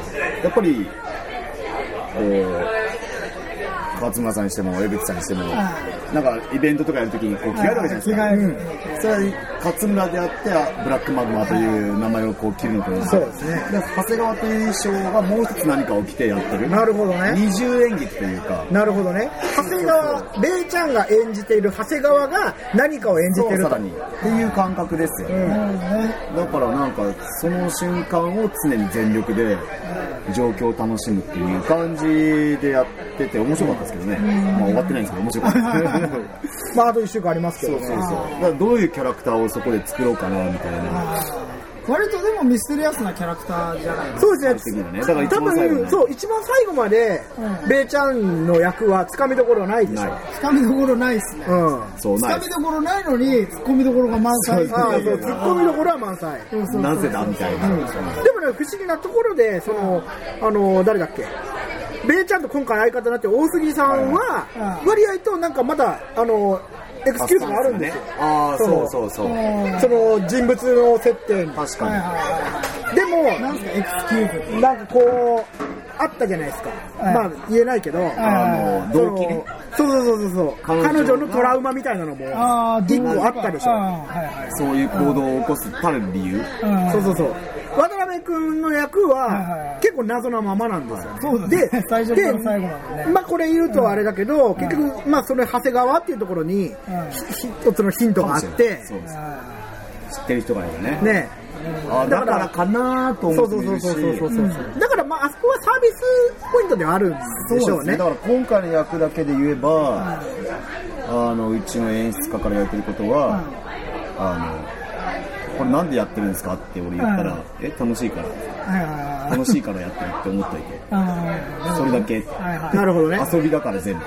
っぱりこう勝村さんにしても江口さんにしてもなんかイベントとかやるときにこう着替えるわけじゃないですかはいはい着替えうんそれは勝村であってあブラックマグマという名前をこう着るのとそうですねで長谷川という衣装がもう一つ何かを着てやってるなるほどね二重演劇というかなるほどね長谷川レイちゃんが演じている長谷川が何かを演じそてうるさとらにっていう感覚ですよね、い。なるほどね。だからなんかその瞬間を常に全力で状況を楽しむっていう感じでやってて面白かったですけどね、まあ、終わってないんですけど面白かったですまああと1週間ありますけそどうそうそうねだからどういうキャラクターをそこで作ろうかなみたいな割とでもミステリアスなキャラクターじゃないですか。そうです的ねにはねだから一多番最後分ねそう一番最後までうんレイちゃんの役はつかみどころがないでしないょつかみどころないっすね。うんあそうつなかいみどころないのに、ツッコミどころが満載あそうツッコミどころは満載そうそうそうなぜだみたいな、でもね不思議なところでそのあの誰だっけレイちゃんと今回相方になって大杉さんはうん割合となんかまだあのエクスキューズがあるんですよああそうそうそううんはいその人物の接点確はいかにはでもい。なんすか、エクスキューズって。なんかこうあったじゃないですか、はいまあ言えないけど、あのそ動機ねそうそうそうそうそう彼彼女女ののトラウマみたいなのもああ、一個あったでしょ、はいはい。そういう行動を起こすたる理由うんそうそうそう渡辺君の役はいははい結構謎なままなんですよ、そうですね最初から最後までねまあこれ言うとあれだけど、結局まあそれ長谷川っていうところにひ一つのヒントがあっそうてです知はってる人がいるねねあだからかなとそ思うってそう見そうるしそうそうそうそうだからまああそこはサービスポイントではあるんそうでですしねょうねだから今回の役だけで言えば、あのうちの演出家から言われてることは、あこれなんでやってるんですかって俺言ったら、うんえ、楽しいから、あ楽しいからやってるって思っとい て、ああそれだけ、あはいはいなるほどね。遊びだから全部。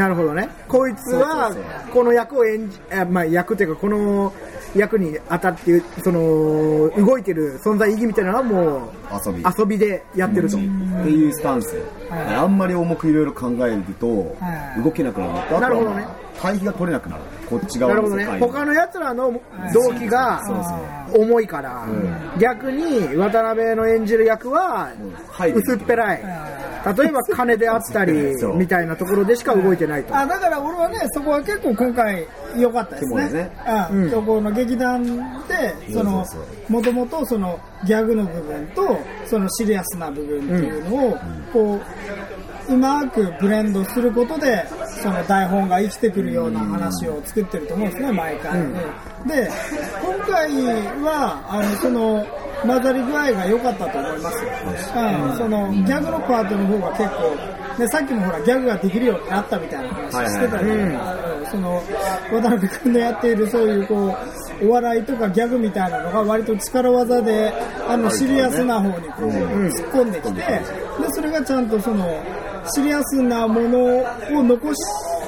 なるほどね。こいつはそうそう、この役を演じ、あまあ役というか、この役に当たって、その、動いてる存在意義みたいなのはもう、遊び。遊びでやってると。っていうスタンス、はいあんまり重くいろいろ考えると、はい動けなくなるあとはなるほどね対比が取れなくなるこっちな側るほのどね世界。他の奴らの動機がそうそう重いから、逆に渡辺の演じる役はうん入る薄っぺらい。例えば金であったりそうみたいなところでしか動いてないと。あだから俺はね、そこは結構今回良かったですね。そうですねあうんそこの劇団で、そのそうそう、もともとそのギャグの部分と、そのシリアスな部分っていうのを、こう、うまくブレンドすることで、その台本が生きてくるような話を作ってると思うんですね、毎回。で、今回は、あの、その、混ざり具合が良かったと思いますよ。うん、その、ギャグのパートの方が結構、で、さっきもほら、ギャグができるようになったみたいな話してたじゃないですかその渡辺君のやっているそういうこうお笑いとかギャグみたいなのが割と力技であのシリアスな方にこう突っ込んできてでそれがちゃんとそのシリアスなものを残し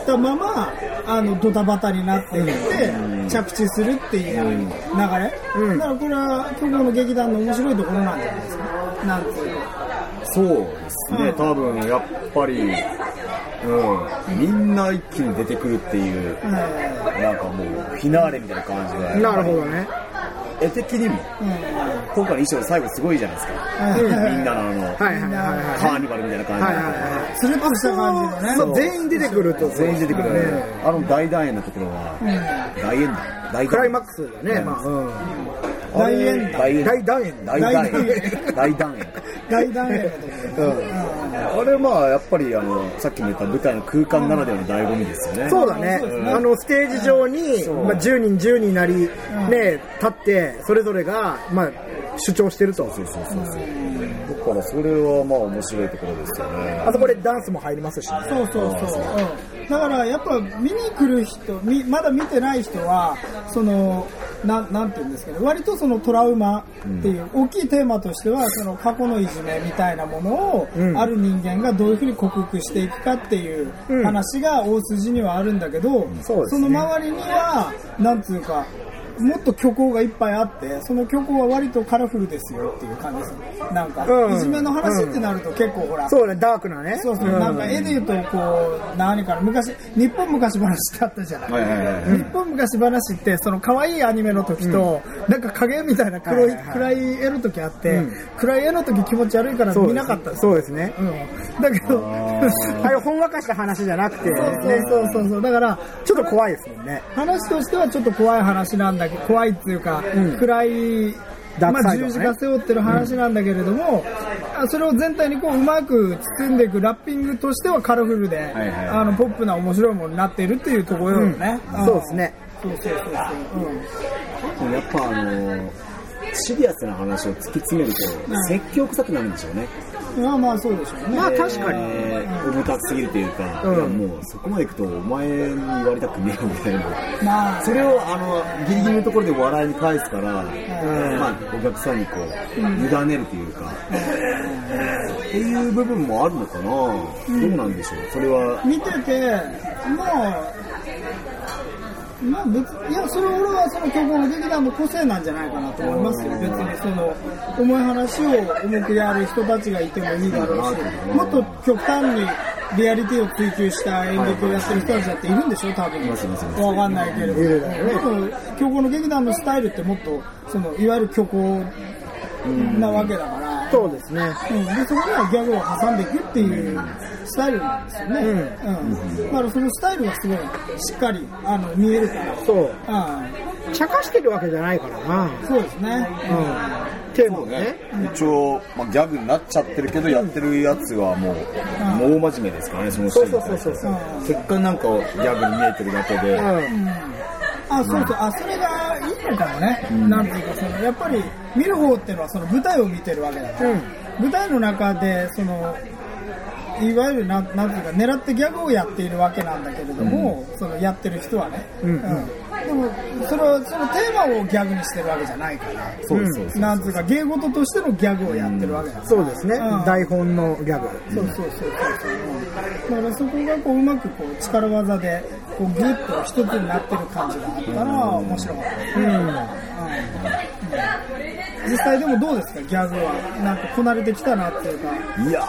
たままあのドタバタになっていって着地するっていう流れだからこれは今日の劇団の面白いところなんじゃないですかなんていうかそうですね、うん多分やっぱり、うん、みんな一気に出てくるっていう、うんうんなんかもう、フィナーレみたいな感じで。なるほどね。絵的にも、今回の衣装最後すごいじゃないですか。みんなのあの、はいはいはいはい。カーニバルみたいな感じはで。いはいはいスルッとした感じのねそう全員出てくると全員出てくる、あの大団円のところは、大円団大ク団ライ円マックスだね、まあうん大円大円大団円大団円大団円大団円だと思うあれまあやっぱりあのさっきも言った舞台の空間ならではの醍醐味ですよねそうだねそうですねあのステージ上に、まあ、10人10人なり、ね、立ってそれぞれが、まあ、主張してるとそうそうそうそうだからそれはまあ面白いところですよねあそこでダンスも入りますしねそうそうそう、うん、だからやっぱ見に来る人みまだ見てない人はそのなんなんて言うんですかね割とそのトラウマっていう、大きいテーマとしてはその過去のいじめみたいなものを、ある人間がどういうふうに克服していくかっていう話が大筋にはあるんだけど、そうですねの周りにはなんつうかもっと虚構がいっぱいあってその虚構は割とカラフルですよっていう感じですねなんか、うんいじめの話ってなると結構ほら、そうねダークなねそうそう、んなんか絵で言うと、こう、何かな、昔、日本昔話ってあったじゃない。はいはいはい日本昔話って、その可愛いアニメの時と、なんか影みたいな黒い、暗い絵の時あって、暗い絵の時気持ち悪いからそう見ですなかったんですそうですねうん。だけど、あれほんわかした話じゃなくて、 そうね、そうそうそう、だから、ちょっと怖いですもんね話としてはちょっと怖い話なんだけど、怖いっていうか、暗い、ダーまクサあ、イド十ね字架背負ってる話なんだけれども、あそれを全体にこううまく包んでいくラッピングとしてはカラフルで、いはいあのポップな面白いものになっているっていうところよね、んそうですねそうそうそうそう、うんでもやっぱあのシリアスな話を突き詰めると説教臭くなるんでしょうね、まあまあそうでしょうね。まあ確かえー、重たすぎるというか、いやもうそこまでいくとお前に言われたくねえみたいなまあ、それをあのギリギリのところで笑いに返すから、まあ、お客さんにこう委ねるというか、っていう部分もあるのかな、どうなんでしょうそれは見てて、まあ、まあ別に、いや、それ俺はその曲の劇団の個性なんじゃないかなと思いますよ。別にその、重い話を重くやる人たちがいてもいいだろうし、もっと極端にリアリティを追求した演劇をやってる人たちだっているんでしょ多分。すいますいますわかんないけれども。でも、虚構の劇団のスタイルってもっと、その、いわゆる虚構なわけだから。そうですねうん、でそこにはギャグを挟んでいくっていうスタイルなんですよね、うんだからそのスタイルがすごいしっかりあの見えるから、そうう茶化してるわけじゃないからな、ん、そうですね、うん、テーマもね一応、まあ、ギャグになっちゃってるけどやってるやつはもうもう大真面目ですからねそのシそーうンそうそうそうそううん結果なんかギャグに見えてるだけで、うんあそうそうあそれがいいのかもね、なんていうかそのやっぱり見る方っていうのはその舞台を見てるわけだから、うん舞台の中でそのいわゆるなんなんていうか狙ってギャグをやっているわけなんだけれども、そのやってる人はね、うんでもそのそのテーマをギャグにしてるわけじゃないからそうですそうですなんつうか芸事としてのギャグをやってるわけだからそうですねうん。台本のギャグ。そうそうそうそうそう、だからそこがこううまくこう力技でこうギュッと一つになってる感じがあったら面白かった、うん実際でもどうですかギャグはなんかこなれてきたなっていうかいや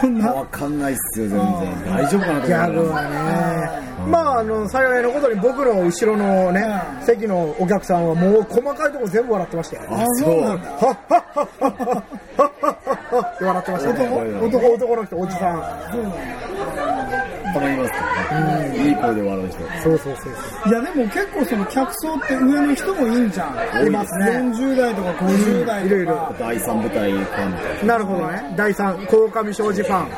そんなー、わかんないっすよ、全然。大丈夫かなと思いギャながらグはね。まあ、あの、幸いのことに僕の後ろのね、うん席のお客さんはもう細かいとこ全部笑ってましたよ。あ、そう。はっはっはっはっはっはっはって笑ってましたね。男男、男の人、おじさん。たまにいますからね。いい声で笑う人。そうそうそういやでも結構その客層って上の人もいいんじゃんいますね40代とか50代とか、いろいろ第三舞台ファンみたいそう。なるほどね。第三、鴻上庄司ファン。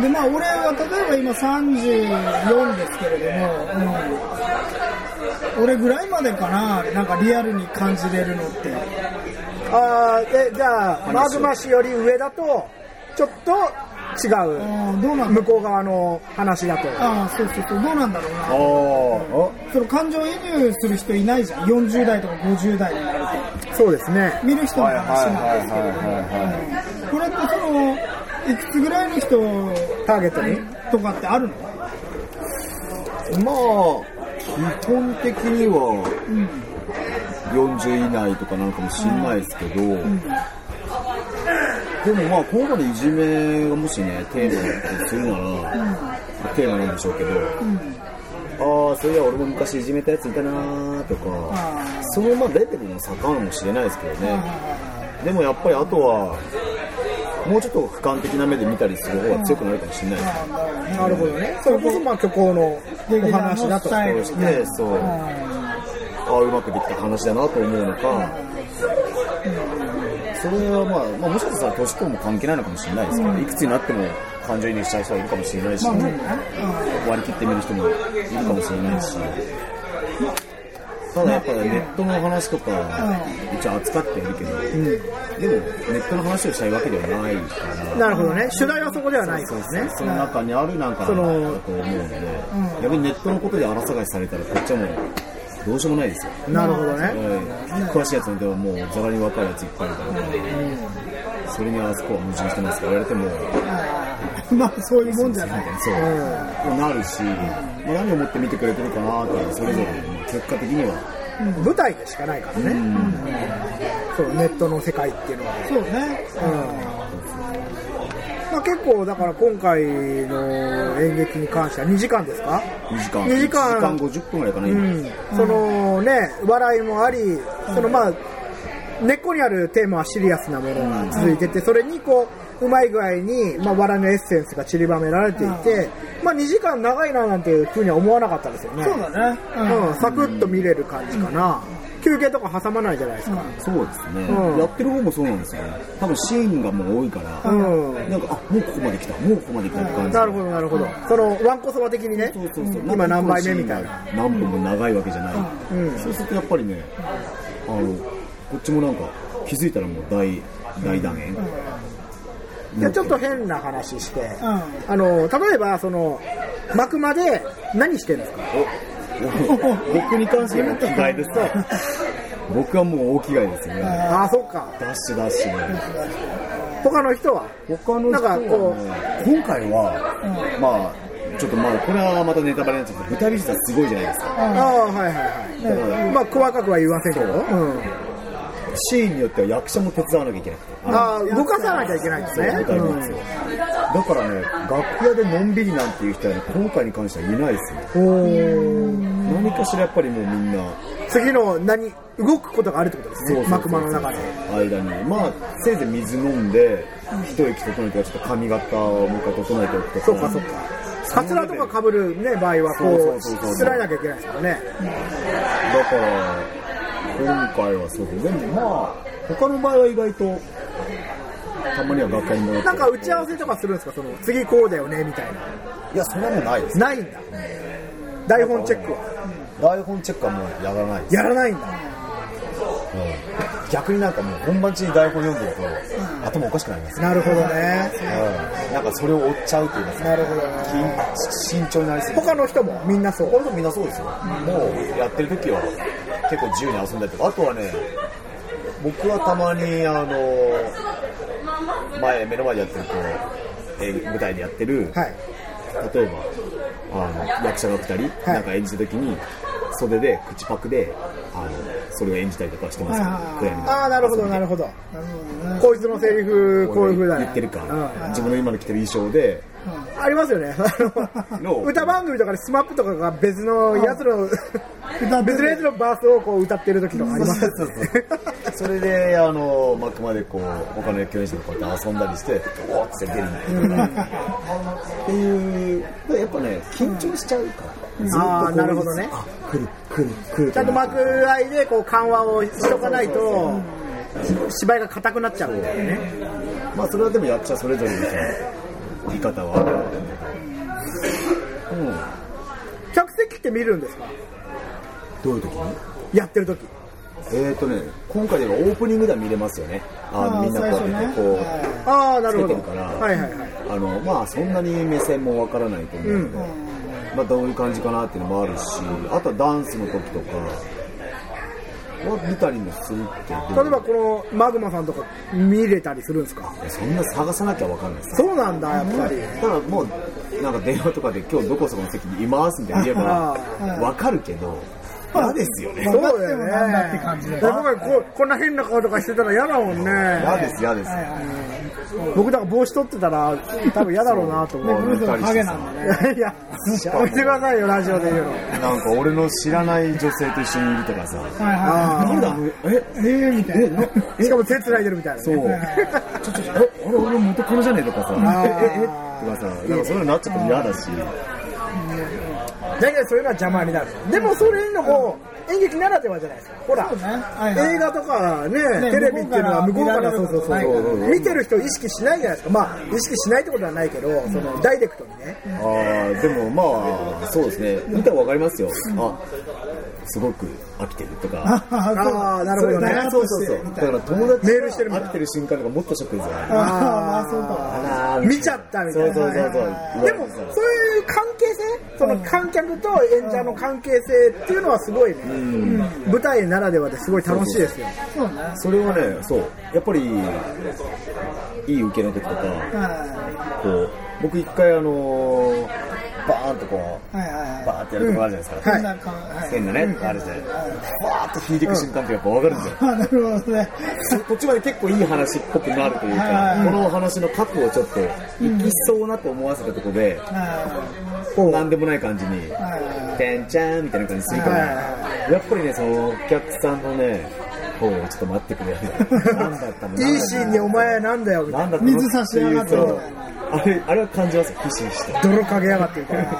でまあ俺は例えば今34ですけれども、うん俺ぐらいまでかななんかリアルに感じれるのってあーえじゃあマグマ氏より上だとちょっと違うあーどうなんだ向こう側の話だとああそうそうそうどうなんだろうな。あなーその感情移入する人いないじゃん40代とか50代になるそうですねと見る人あのはいはい話なんですけれどもはいはいはい。これってそのいくつぐらいの人ターゲットにとかってあるのまあ、基本的には、40以内とかなのかもしんないですけど、でもまあ、今後のいじめがもしね、テーマだとするなら、テーマなんでしょうけど、ああ、それは俺も昔いじめたやついたなーとか、あそのまあレベルの差かもしれないですけどね。でもやっぱりあとは、もうちょっと俯瞰的な目で見たりする方が強くなるかもしれないですね。なるほどねそれこそまあ虚構のお話だと劇団のスタイルそうして、そう。ああ、うまくできた話だなと思うのか、それはまあ、まあ、もしかしたら年とも関係ないのかもしれないですけど、いくつになっても感情移入しちゃう人はいるかもしれないし、割り切ってみる人もいるかもしれないし、ただやっぱネットの話とか、一応扱ってはいるけど、でもネットの話をしたいわけではないから。なるほどね主題はそこではないでそうですすねね。その中にあるなんかそだとの思うので、逆にネットのことで荒探しされたら、こっちはもう、どうしようもないですよ。なるほどねはい詳しいやつなんてもう、ざらに若いやついっぱいいるから、それにあそこは矛盾してますから、言われても、ーまあそういうもんじゃみたないいな、そう、なるし、まあ、何を持って見てくれてるかなとか、それぞれ、結果的には、舞台でしかないからねそうネットの世界っていうのはそうねまあ結構だから今回の演劇に関しては2時間ですか2時間、 2時間1時間50分ぐらいかな、今。うんそのね笑いもありそのまあ根っこにあるテーマはシリアスなものが続いててそれにこううまい具合に、まあ、笑いのエッセンスが散りばめられていて、まあ、2時間長いななんていうふうには思わなかったですよねそうだねうん、サクッと見れる感じかな、休憩とか挟まないじゃないですか、そうですね、うんやってる方もそうなんですよね。多分シーンがもう多いから、うんなんか、あ、もうここまで来た、もうここまで来たって感じ。なるほどなるほど、そのわんこそば的にねそうそうそう今何杯目みたいな。何分も長いわけじゃない。うんそうするとやっぱりね、あの、こっちもなんか、気づいたらもう大、大断円。いやちょっと変な話して、んあの例えばその幕間で何してるんですか僕に関しては着替えですね。僕はもう大着替えですね。ああそっかダッシュダッシュで。他の人は他の人なはんかねこ今回は、まあ、ちょっとまあ、これはまたネタバレになっちゃって、豚ビジタすごいじゃないですか。ああはいはいはい、まあ細かくは言いませんけど、うん、シーンによっては役者も手伝わなきゃいけなくて。あのああ動かさなきゃいけないんですね、舞台なんですよ。だからね、楽屋でのんびりなんていう人はね、今回に関してはいないですね。何かしらやっぱりもうみんな、うん次の何動くことがあるってことですそうそねう幕そう間の中で間に。まあ、せいぜい水飲んで、一息整えて、ちょっと髪型をもう一回整えておくとか。そうかそうかカツラとか被るね場合はこうそうそうそうそうしつらえなきゃいけないですからねだから、今回はそう。でもまあ、他の場合は意外と、たまには楽屋に戻って。なんか打ち合わせとかするんですかその次こうだよねみたいないや、そんなもんないです。ないんだ台本チェックは台本チェックはもうやらないです。やらないんだ逆になんかもう本番中に台本読んでると頭おかしくなりますね、なるほどね。うんなんかそれを追っちゃうというかなるほどね。慎重になりすぎて他の人もみんなそう。これでもみんなそうですよ、もうやってる時は結構自由に遊んだりとかあとはね僕はたまにあの前目の前でやってるこうえー舞台でやってる、はい。例えばあの役者が2人、はいなんか演じた時に袖で口パクであのそれを演じたりとかしてますけど、暗闇のああ、なるほど、なるほど。こいつのセリフ、こういう風だね。言ってるか、うん自分の今の着てる衣装で、ありますよ ね。あのの歌番組とかでスマップとかが別のやつの、別のやつのバースをこう歌ってる時とかありますよね。それであの幕までこう他の野球演者とこうやって遊んだりしておーっつって出るっていうやっぱね緊張しちゃうから、ずっとこうあーなるほどねあ来る来る来るちゃんと幕合いでこう緩和をしとかないと、芝居が硬くなっちゃうんだよね。まあそれはでもやっちゃそれぞれのその言い方はあるんだけど、うん、客席って見るんですかどういう時にやってる時。えーとね今回ではオープニングでは見れますよねあのみんなこうやってこう、ああ、なつるけほてど。るから、はいはいはい。あのまあそんなに目線もわからないと思うので、まあ、どういう感じかなっていうのもあるしあとはダンスの時とかは見たりもするけど例えばこのマグマさんとか見れたりするんですかいやそんな探さなきゃわかんないですそうなんだ、やっぱり。ただもうなんか電話とかで今日どこそこの席にいますみたいに言えばあわかるけど嫌ですよねそうだ分かってよもね。なんだって感じだよ僕はここんな変な顔とかしてたら嫌だもんね。嫌です嫌です、僕だから帽子取ってたら多分嫌だろうなと思こう。うブルースの影なんだねい やいや、教えてくださいよ、ラジオで言うの。なんか俺の知らない女性と一緒にいるとかさはいはなんだあのえいはい。えー、みたいな。しかも手繋いでるみたいなね。そう。ちょちょちょ、え、俺、俺元カノじゃねえとかさ、え、え、え、とかさ、なんかそういうのなっちゃって嫌だし、だけどそういうのは邪魔になる。でもそれのこう、演劇ならではじゃないですか。ほら、そうねはいはい映画とかね、ねテレビっていうのは向向ここううかかららそうそうそう見られることないから見てる人意識しないじゃないですか。まあ、意識しないってことはないけど、そのダイレクトにね。あーでもまあ、そうですね、見たらわかりますよ。あ、すごく飽きてるとか。ああ、そう。ああ、なるほどね。そうそうそう。だから友達メールしてるみがたい飽きてる瞬間とかもっとショックですよね。ああ、 まあそうか。あらー見ちゃったみたいなそうそうそうそう。でも、そういう関係性、その観客と演者の関係性っていうのはすごいね、うん舞台ならではですごい楽しいですよ。そうね。それはね、そう。やっぱり、いい受けの時とか、はこう、僕一回あのー、バーンとこうい、はいはいはバーンってやるとこあるじゃないですか。い。そんな感じ。はい線がね、あるじゃない。バーッと引いていく瞬間ってやっぱ分かるんだよ。あなるほどね。途中まで結構いい話っぽくなるといはういかは、いこの話の過去をちょっと、いきそうなと思わせたとこで、はいなんでもない感じに、はてんちゃんみたいな感じにするから、やっぱりね、そのお客さんのね、こう、ちょっと待ってくれ。 なんだったのいいシーンにお前なんだよ、みたいなんだったの水差し上がってそるうあれ、あれは感じますよ、不審して。な。泥かけやがってみたいな。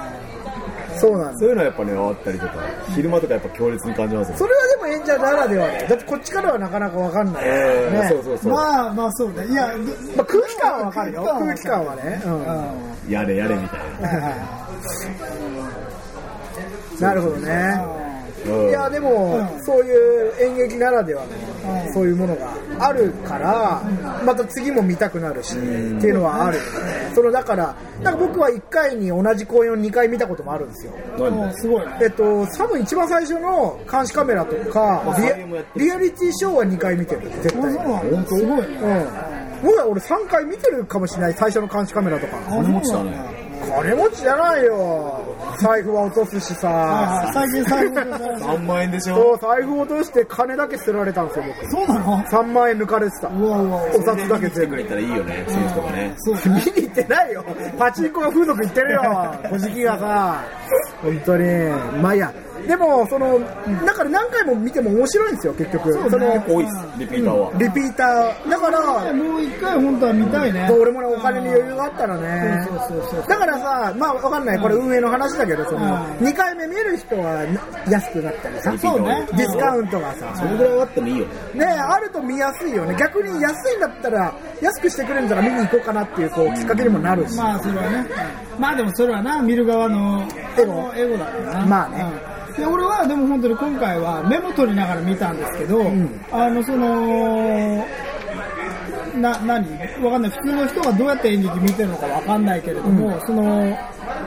そうなんだ。そういうのはやっぱね、あったりとか、昼間とかやっぱ強烈に感じますよ。それはでも演者ならではだよ。だってこっちからはなかなかわかんない。えーねそうそうい。そう。まあまあそうね。いや、どまあ、空気感はわかるよ。空空気気感感ははね。やれやれみたいな。うん なるほどね。うんいやでも、そういう演劇ならではの、そういうものがあるから、また次も見たくなるし、っていうのはあるよねそのだからなんか僕は1回に同じ公演を2回見たこともあるんですよなんもだうすごいね。えっと多分一番最初の監視カメラとかあリアそういうのもやってるリアリティショーは2回見てる絶対あそうなんだすごいね。うん僕は俺3回見てるかもしれない最初の監視カメラとかあそう持ちなだんねだ。金持ちじゃないよ財布は落とすしあさあ最近最後の話3万円でしょそう財布落として金だけ捨てられたんですよ僕そうなの3万円抜かれてたうわうわうわお札だけ来て全部くれたらいいよね、そういう人がね。そうね。見に行ってないよパチンコが風俗行ってるよ小じきがさ本当にまあいいやでもそのだから何回も見ても面白いんですよ結局そ,、の多いっす、リピーターは。リピーターだからもう一回本当は見たいね。俺もねお金に余裕があったらねそうそうそうそうだからさまあわかんないこれ運営の話だけどそのうん2回目見る人は安くなったりさリピーそうターね多い。ディスカウントがさそれぐらいあってもいいよねね。あると見やすいよね逆に安いんだったら安くしてくれるんだから見に行こうかなっていうこうきっかけにもなるし、まあそれはね。まあでもそれはな、見る側のエゴエゴだからな。まあねうんで俺はでも本当に今回はメモ取りながら見たんですけど、あのそのな何わかんない普通の人がどうやって演劇見てるのかわかんないけれども、その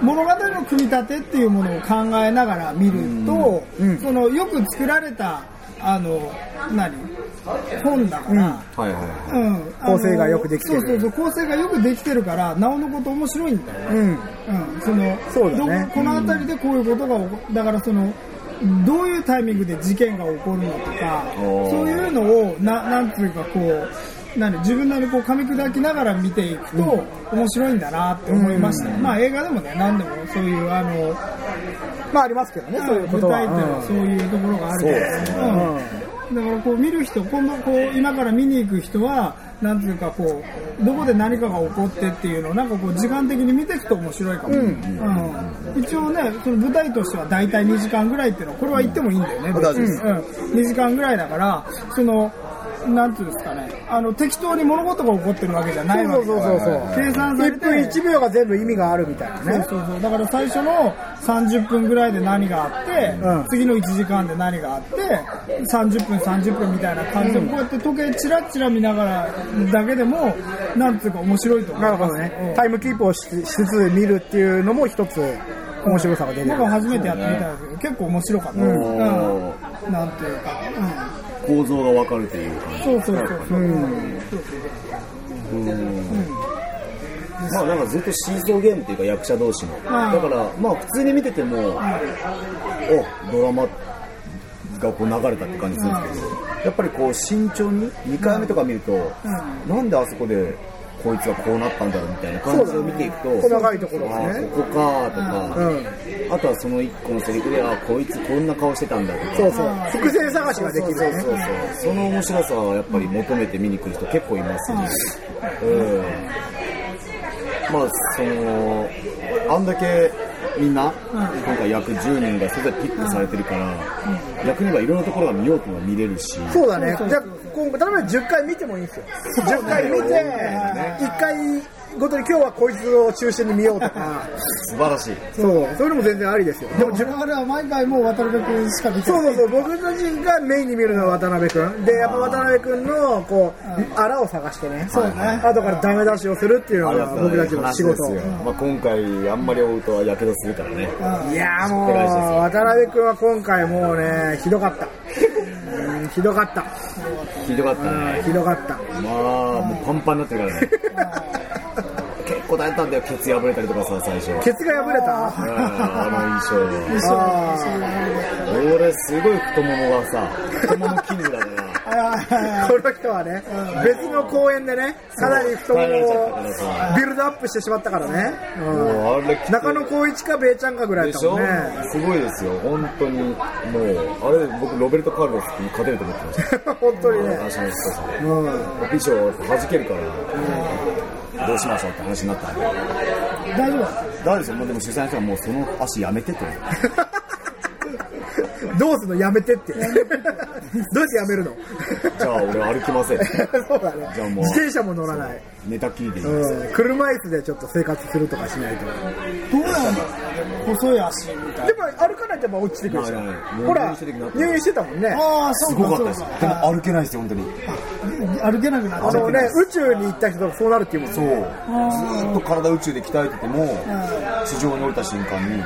物語の組み立てっていうものを考えながら見ると、そのよく作られたあの何本だから、はいはうん、構成がよくできてるそうそうそう構成がよくできてるからなおのこと面白いんだよね、うん。うん、そのそうだねどこの辺りでこういうことが起こだからそのどういうタイミングで事件が起こるのとかおーそういうのをななんつうかこう何自分なりにこう噛み砕きながら見ていくと面白いんだなって思いました、まあ映画でもね何でもそういうあのまあありますけどね、そういうこ舞とは。台っていうのはそういうところがあるからうんだからこう見る人今度こう今から見に行く人はなんていうかこうどこで何かが起こってっていうのをなんかこう時間的に見ていくと面白いかも、うん一応ねその舞台としては大体2時間ぐらいっていうのはこれは言ってもいいんだよね、大丈夫ですうん、2時間ぐらいだからそのなんていうんですかねあの適当に物事が起こってるわけじゃないわそうけそうそうそう。計算され1て分1秒が全部意味があるみたいなね。そうそうそうだから最初の30分ぐらいで何があって、うん次の1時間で何があって30分30分みたいな感じで、こうやって時計チラッチラ見ながらだけでもなんつうか面白いと思うなるほどね。タイムキープをししつつ見るっていうのも一つ面白さが出てる僕。は初めてやってみたんですけど、結構面白かったです、うんうんなんていうか、い。構造が分かるという感うん、じ。そうそうそうそう、そうまあなんかずっとシーソーゲームっていうか役者同士の。だまあから、まあ普通に見てても、おドラマがこう流れたって感じするんですけど、やっぱりこう慎重に2回目とか見ると、なんであそこでこいつはこうなったんだろうみたいな感じを見ていくと、細かいところあですーね。ここかーとか、あとはその1個のセリフで、あーこいつこんな顔してたんだとか。そうそう。伏線探しができるよそうねそ。うその面白さはやっぱり求めて見に来る人結構いますよね、うん、まあそのあんだけみんな、今回約10人がそれぞれピックされてるから、逆に言えばいろんなところが見ようとも見れるしそうだね。じゃあ、今後、例えば10回見てもいいんですよ。10回見て、1回ごとに今日はこいつを中心に見ようとか、素晴らしいそう、そういうのも全然ありですよ。でも自分は毎回もう渡辺君しか見てそうないそうそう、僕たちがメインに見るのは渡辺くん。で、やっぱ渡辺くんの、こう、あらを探してね。そうね。後からダメ出しをするっていうのが僕たちの仕話事。ですよまあ、今回あんまり追うとやけどするからね、いやーもう、渡辺くんは今回もうね、ひどかった。うんひどかった。ひどかったね、ひどかった。まあもうパンパンになってるからね結構大変だったんだよケツ破れたりとかさ最初ケツが破れたうんあの印象はあ俺すごい太ももがさ太もも筋肉だからーこの人はね、別の公演でね、かなり太ももをビルドアップしてしまったからね。 うんもうあれきつい中野光一かべイちゃんかぐらいでだっしたもょんね。すごいですよ本当にもうあれ僕ロベルト・カルロスに勝てると思ってました 本当にね。足の太さでうん美少弾けるからどうしましょうって話になったんで大丈夫だ誰ですよもうでも主催の人はもうその足やめてとどうすんのやめて って。どうやってやめるの じゃあ俺歩きませんそうだねじゃあ。もう自転車も乗らない。寝たきりでいいです、うん。車椅子でちょっと生活するとかしないと。どうなんだ細い足みたいでも歩かないとやっぱ落ちてくるじゃはいん。はいほら、入院してる時になった入院してたもんね。なああそすうごかかったそうですよかでも歩けないですよ本当に歩けなくなっちゃあうのね、宇宙に行った人とかそうなるっていうもんそうずーっと体宇宙で鍛えてても地上に降りた瞬間に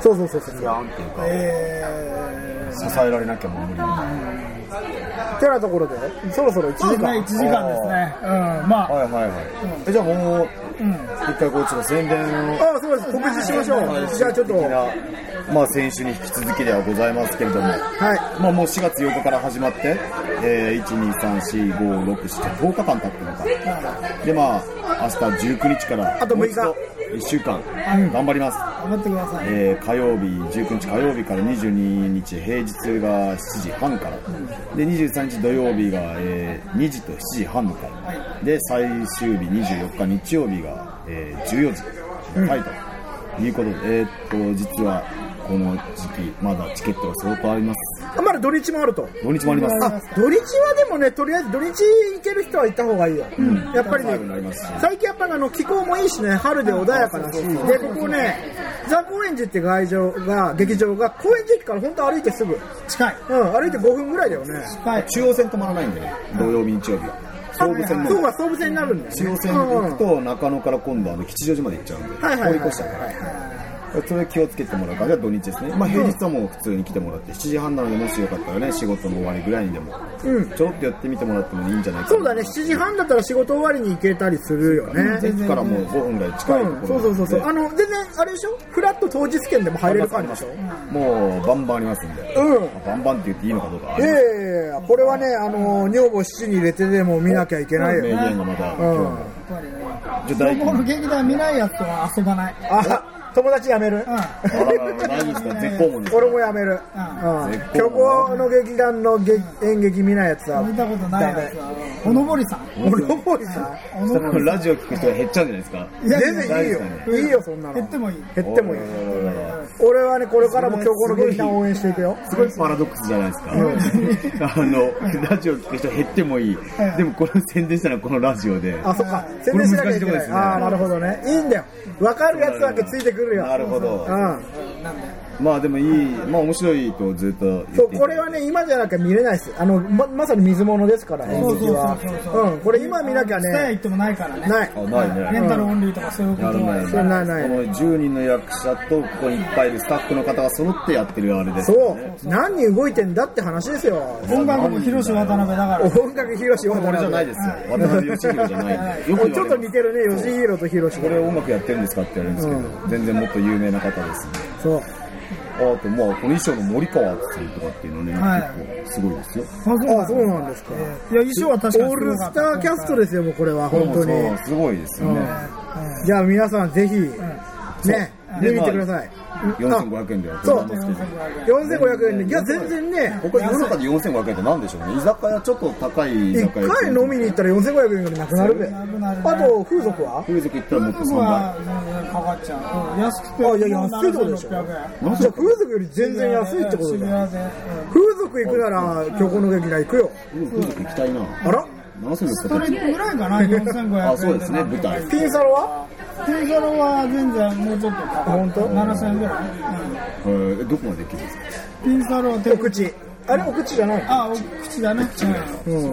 そうそうそうそう。ガーンっていうか、支えられなきゃもう無理みたいなてなところで、そろそろ1そうで時すね、間。 1時間ですね。うん、まあ、はいはいはいえじゃあもう一回こうちょっと宣伝をああ、そうです。告知しましょう。じゃあちょっと、的はなまあ先週に引き続きではございますけれどもい。まあもう4月8日から始まって、えー、1、2、3、4、5、6、7、10日間経ってのか。で、まあ、明日19日から、あと6日1週間、頑張ります。頑張ってください。えー火曜日19日火曜日から22日平日が7時半からで23日土曜日が、えー2時と7時半の回で最終日24日日曜日が、えー14時の回ということで、えーっと実はこの時期まだチケットが相当ありますあまだ土日もあると。土日もありますあ土日はでもね、とりあえず土日行ける人は行った方がいいよ、やっぱり最後になりねますし、最近やっぱりあの気候もいいしね、春で穏やかだし、でここね、ザ・高円寺って会場が劇場が高円寺駅から本当歩いてすぐ、近い。うん、歩いて5分ぐらいだよねはい。中央線止まらないんでね、土曜日、日曜日は。総武線そうのは総武線になるんだよ、ね、中央線行くと中野から今度あの吉祥寺まで行っちゃうんで、はいはいはい追い越しちゃうから。それ気をつけてもらうから、が土日ですね。まあ平日はもう普通に来てもらって、7時半なのでもしよかったらね、仕事の終わりぐらいにでも、ちょろっとやってみてもらってもいいんじゃないかなそうだね7時半だったら仕事終わりに行けたりするよね全然からもう5分ぐらい近いところなのうん、でそうそうそうそうあの全然あれでしょフラット当日券でも入れる感じでしょもうバンバンありますんで、うんバンバンって言っていいのかどうかあえりますえこれはねあの女房7に入れてでも見なきゃいけないよ名ね言がまた今日うんも、やっぱりね。じゃあスノ大ボの輝劇団見ないやつとは遊ばない。あ友達やめる、うあららら大丈夫ですか絶好もです俺もやめんる、うん絶好虚構の劇団の劇演劇見ないやつはん。見たことないやつは、おのぼりさん。俺もいさおそののぼりラジオ聞く人が減っちゃうんじゃないですかいや全然いいよ大いいよそんなの減ってもいい。減ってもいいあらららら俺はねこれからも虚構の劇団を応援していくよすごいパラドックスじゃないですか、あのラジオ聞く人減ってもいい、でもこれを宣伝したのはこのラジオであ、そっか。宣伝しなきゃいけこれ難しいとこなでい。すねああ、なるほどね。いいんだよ。わかるやつだけついてくるよ。なるほどうん。まあでもいいまあ面白いとずっと言っていてそう、これはね、今じゃなきゃ見れないです。あの、ま、まさに水物ですから、演そう劇そうはそうそう。うん、これ今見なきゃスタヤね、行ってもないからね。ない。あないレねンタルオンリーとかそういうこやらとないは。そうないないこの10人の役者とここにいっぱいいるスタッフの方が揃ってやってるあれですそようね。何人動いてんだって話ですよ。音楽も広瀬渡辺だから。音楽広し渡これじゃな辺。いですよ渡辺義弘じゃないんでよく おちょっと似てるね、吉弘と広しこれ音楽やってるんですかって言われるんですけど全然もっと有名な方ですねそう。あとまあこの衣装の森川さんとかっていうのねはい結構すごいですよあ、そうなんですか。いや、衣装は確かにオーすルごかスっタた。ーキャストですよ、もうこれは、本当に。そうすごいですよねじゃあ皆さんぜひ、ね、見でに行ってください。 4500円でやってそうますけど4500円で、いや、全然ね、これ世の中で4500円って何でしょうね居酒屋ちょっと高い居一酒屋回飲みに行ったら4500円ぐらいなくなるべ。くなるあと、風俗は風俗行ったらもっと僕3倍は全然かかっちゃう。うん安くて。あいや安いとこでしょ7600じゃあ風俗より全然安いってこと渋だよ。谷で。うん風俗行くなら、虚構の劇団行くよ。うん風俗行きたいなあらストレ7600ップぐらいかな、4500円で。あそうですね舞台ピンサロはテイザロは全然もうちょっとかかる。本当 ?7000 円ぐらい、円えどこまで行けるんですかうんピンサロは手お口。あれ、お口じゃないのあ、お口だね。うん。いい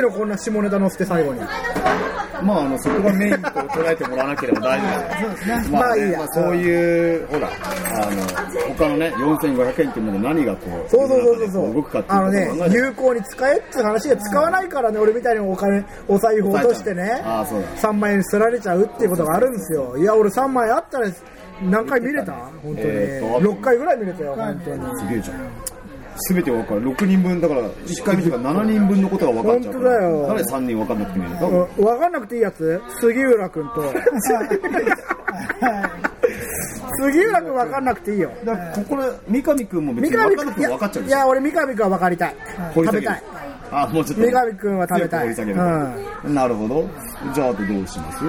のこんな下ネタ載せて最後に。まああのそこがメインと捉えてもらわなければ大丈夫ですねまあいいやまあそういうほらあの他のね4500円っていうので何がこうそうそうそうそう世の中でこそう動くかってあのいねうことを考え、て有効に使えって話で使わないからね、俺みたいにお金、お財布落としてね、ああそうだ3万円すられちゃうっていうことがあるんですよ。いや、俺3万円あったら何回見れた本当に、えーっと6回ぐらい見れたよ、本当に。すげえじゃん全て分かる6人分だから1回見てから7人分のことが分かっちゃうから本当だよなんで3人分かんなくて見えるのかわかんなくていいやつ杉浦君と。 杉浦君わかんなくていいよ。だからここで三上君も別三上に分かんな君、くていもや分かっちゃういでしょや、俺三上君は分かりたい。掘り食べ下げるたい。あもうちょっと三上君は食べたい強く掘り下げるなるほどじゃああとどうします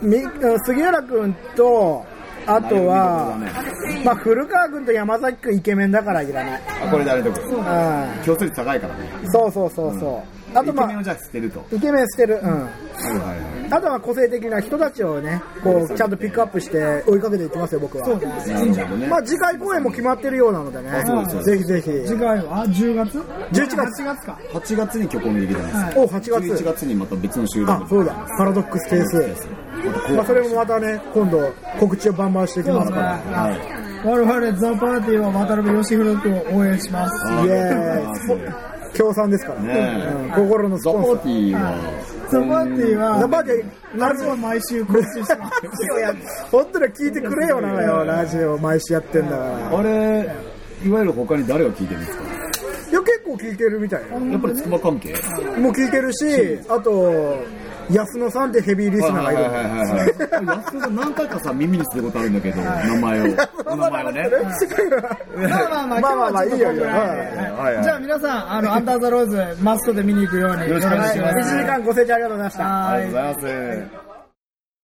み杉浦君と、あとは、内容見事まあ、古川君と山崎君イケメンだからいらない。あこれであれだけどう競争率高いからねん。そうそうそうそう。あとイケメまンをあ、じゃあ捨てるとイケメン捨てる。うん。はいはいはいあとは個性的な人たちをね、こう、ちゃんとピックアップして追いかけていってますよ、僕は。なるほどねまあ、次回公演も決まってるようなのでね。そうですそうぜひぜひ。次回は10月11月 ?8 月か。 8月に虚構の劇団ですはいお、8 11月。月にまた別の収録あ、そうだ。パラドックス定数。まあ、それもまたね、今度、告知をバンバンしていきますから。は我々ザ・パーティーは渡辺義弘君を応援します。いイエーイ。協賛ですから。ねえうん心のスザ・パポンーサティーはザ・パーティーー。ザ・は、バーティー、ララジジオオは毎週更新してます。いや、 本当に聞いてくれよなのよ、ラジオ毎週やってんだから。あれいわゆる他に誰が聞いてるんですかいや、結構聞いてるみたいよ。やっぱり筑波関係もう聞いてるし、あと、安野さんってヘビーリスナーがいるんだよ。はいはいはいはい安田さん何回かさ耳にすることあるんだけど名前をお名前をね まあまあまあ、今日はちょっとこんぐらいでまあまあいいよいいよはいはいじゃあ皆さん、あの、アンダーザ・ローズ、マストで見に行くように。よろしくおお願願いいししま。ます1時間ご清聴ありがとうございました。はあいりがとうございます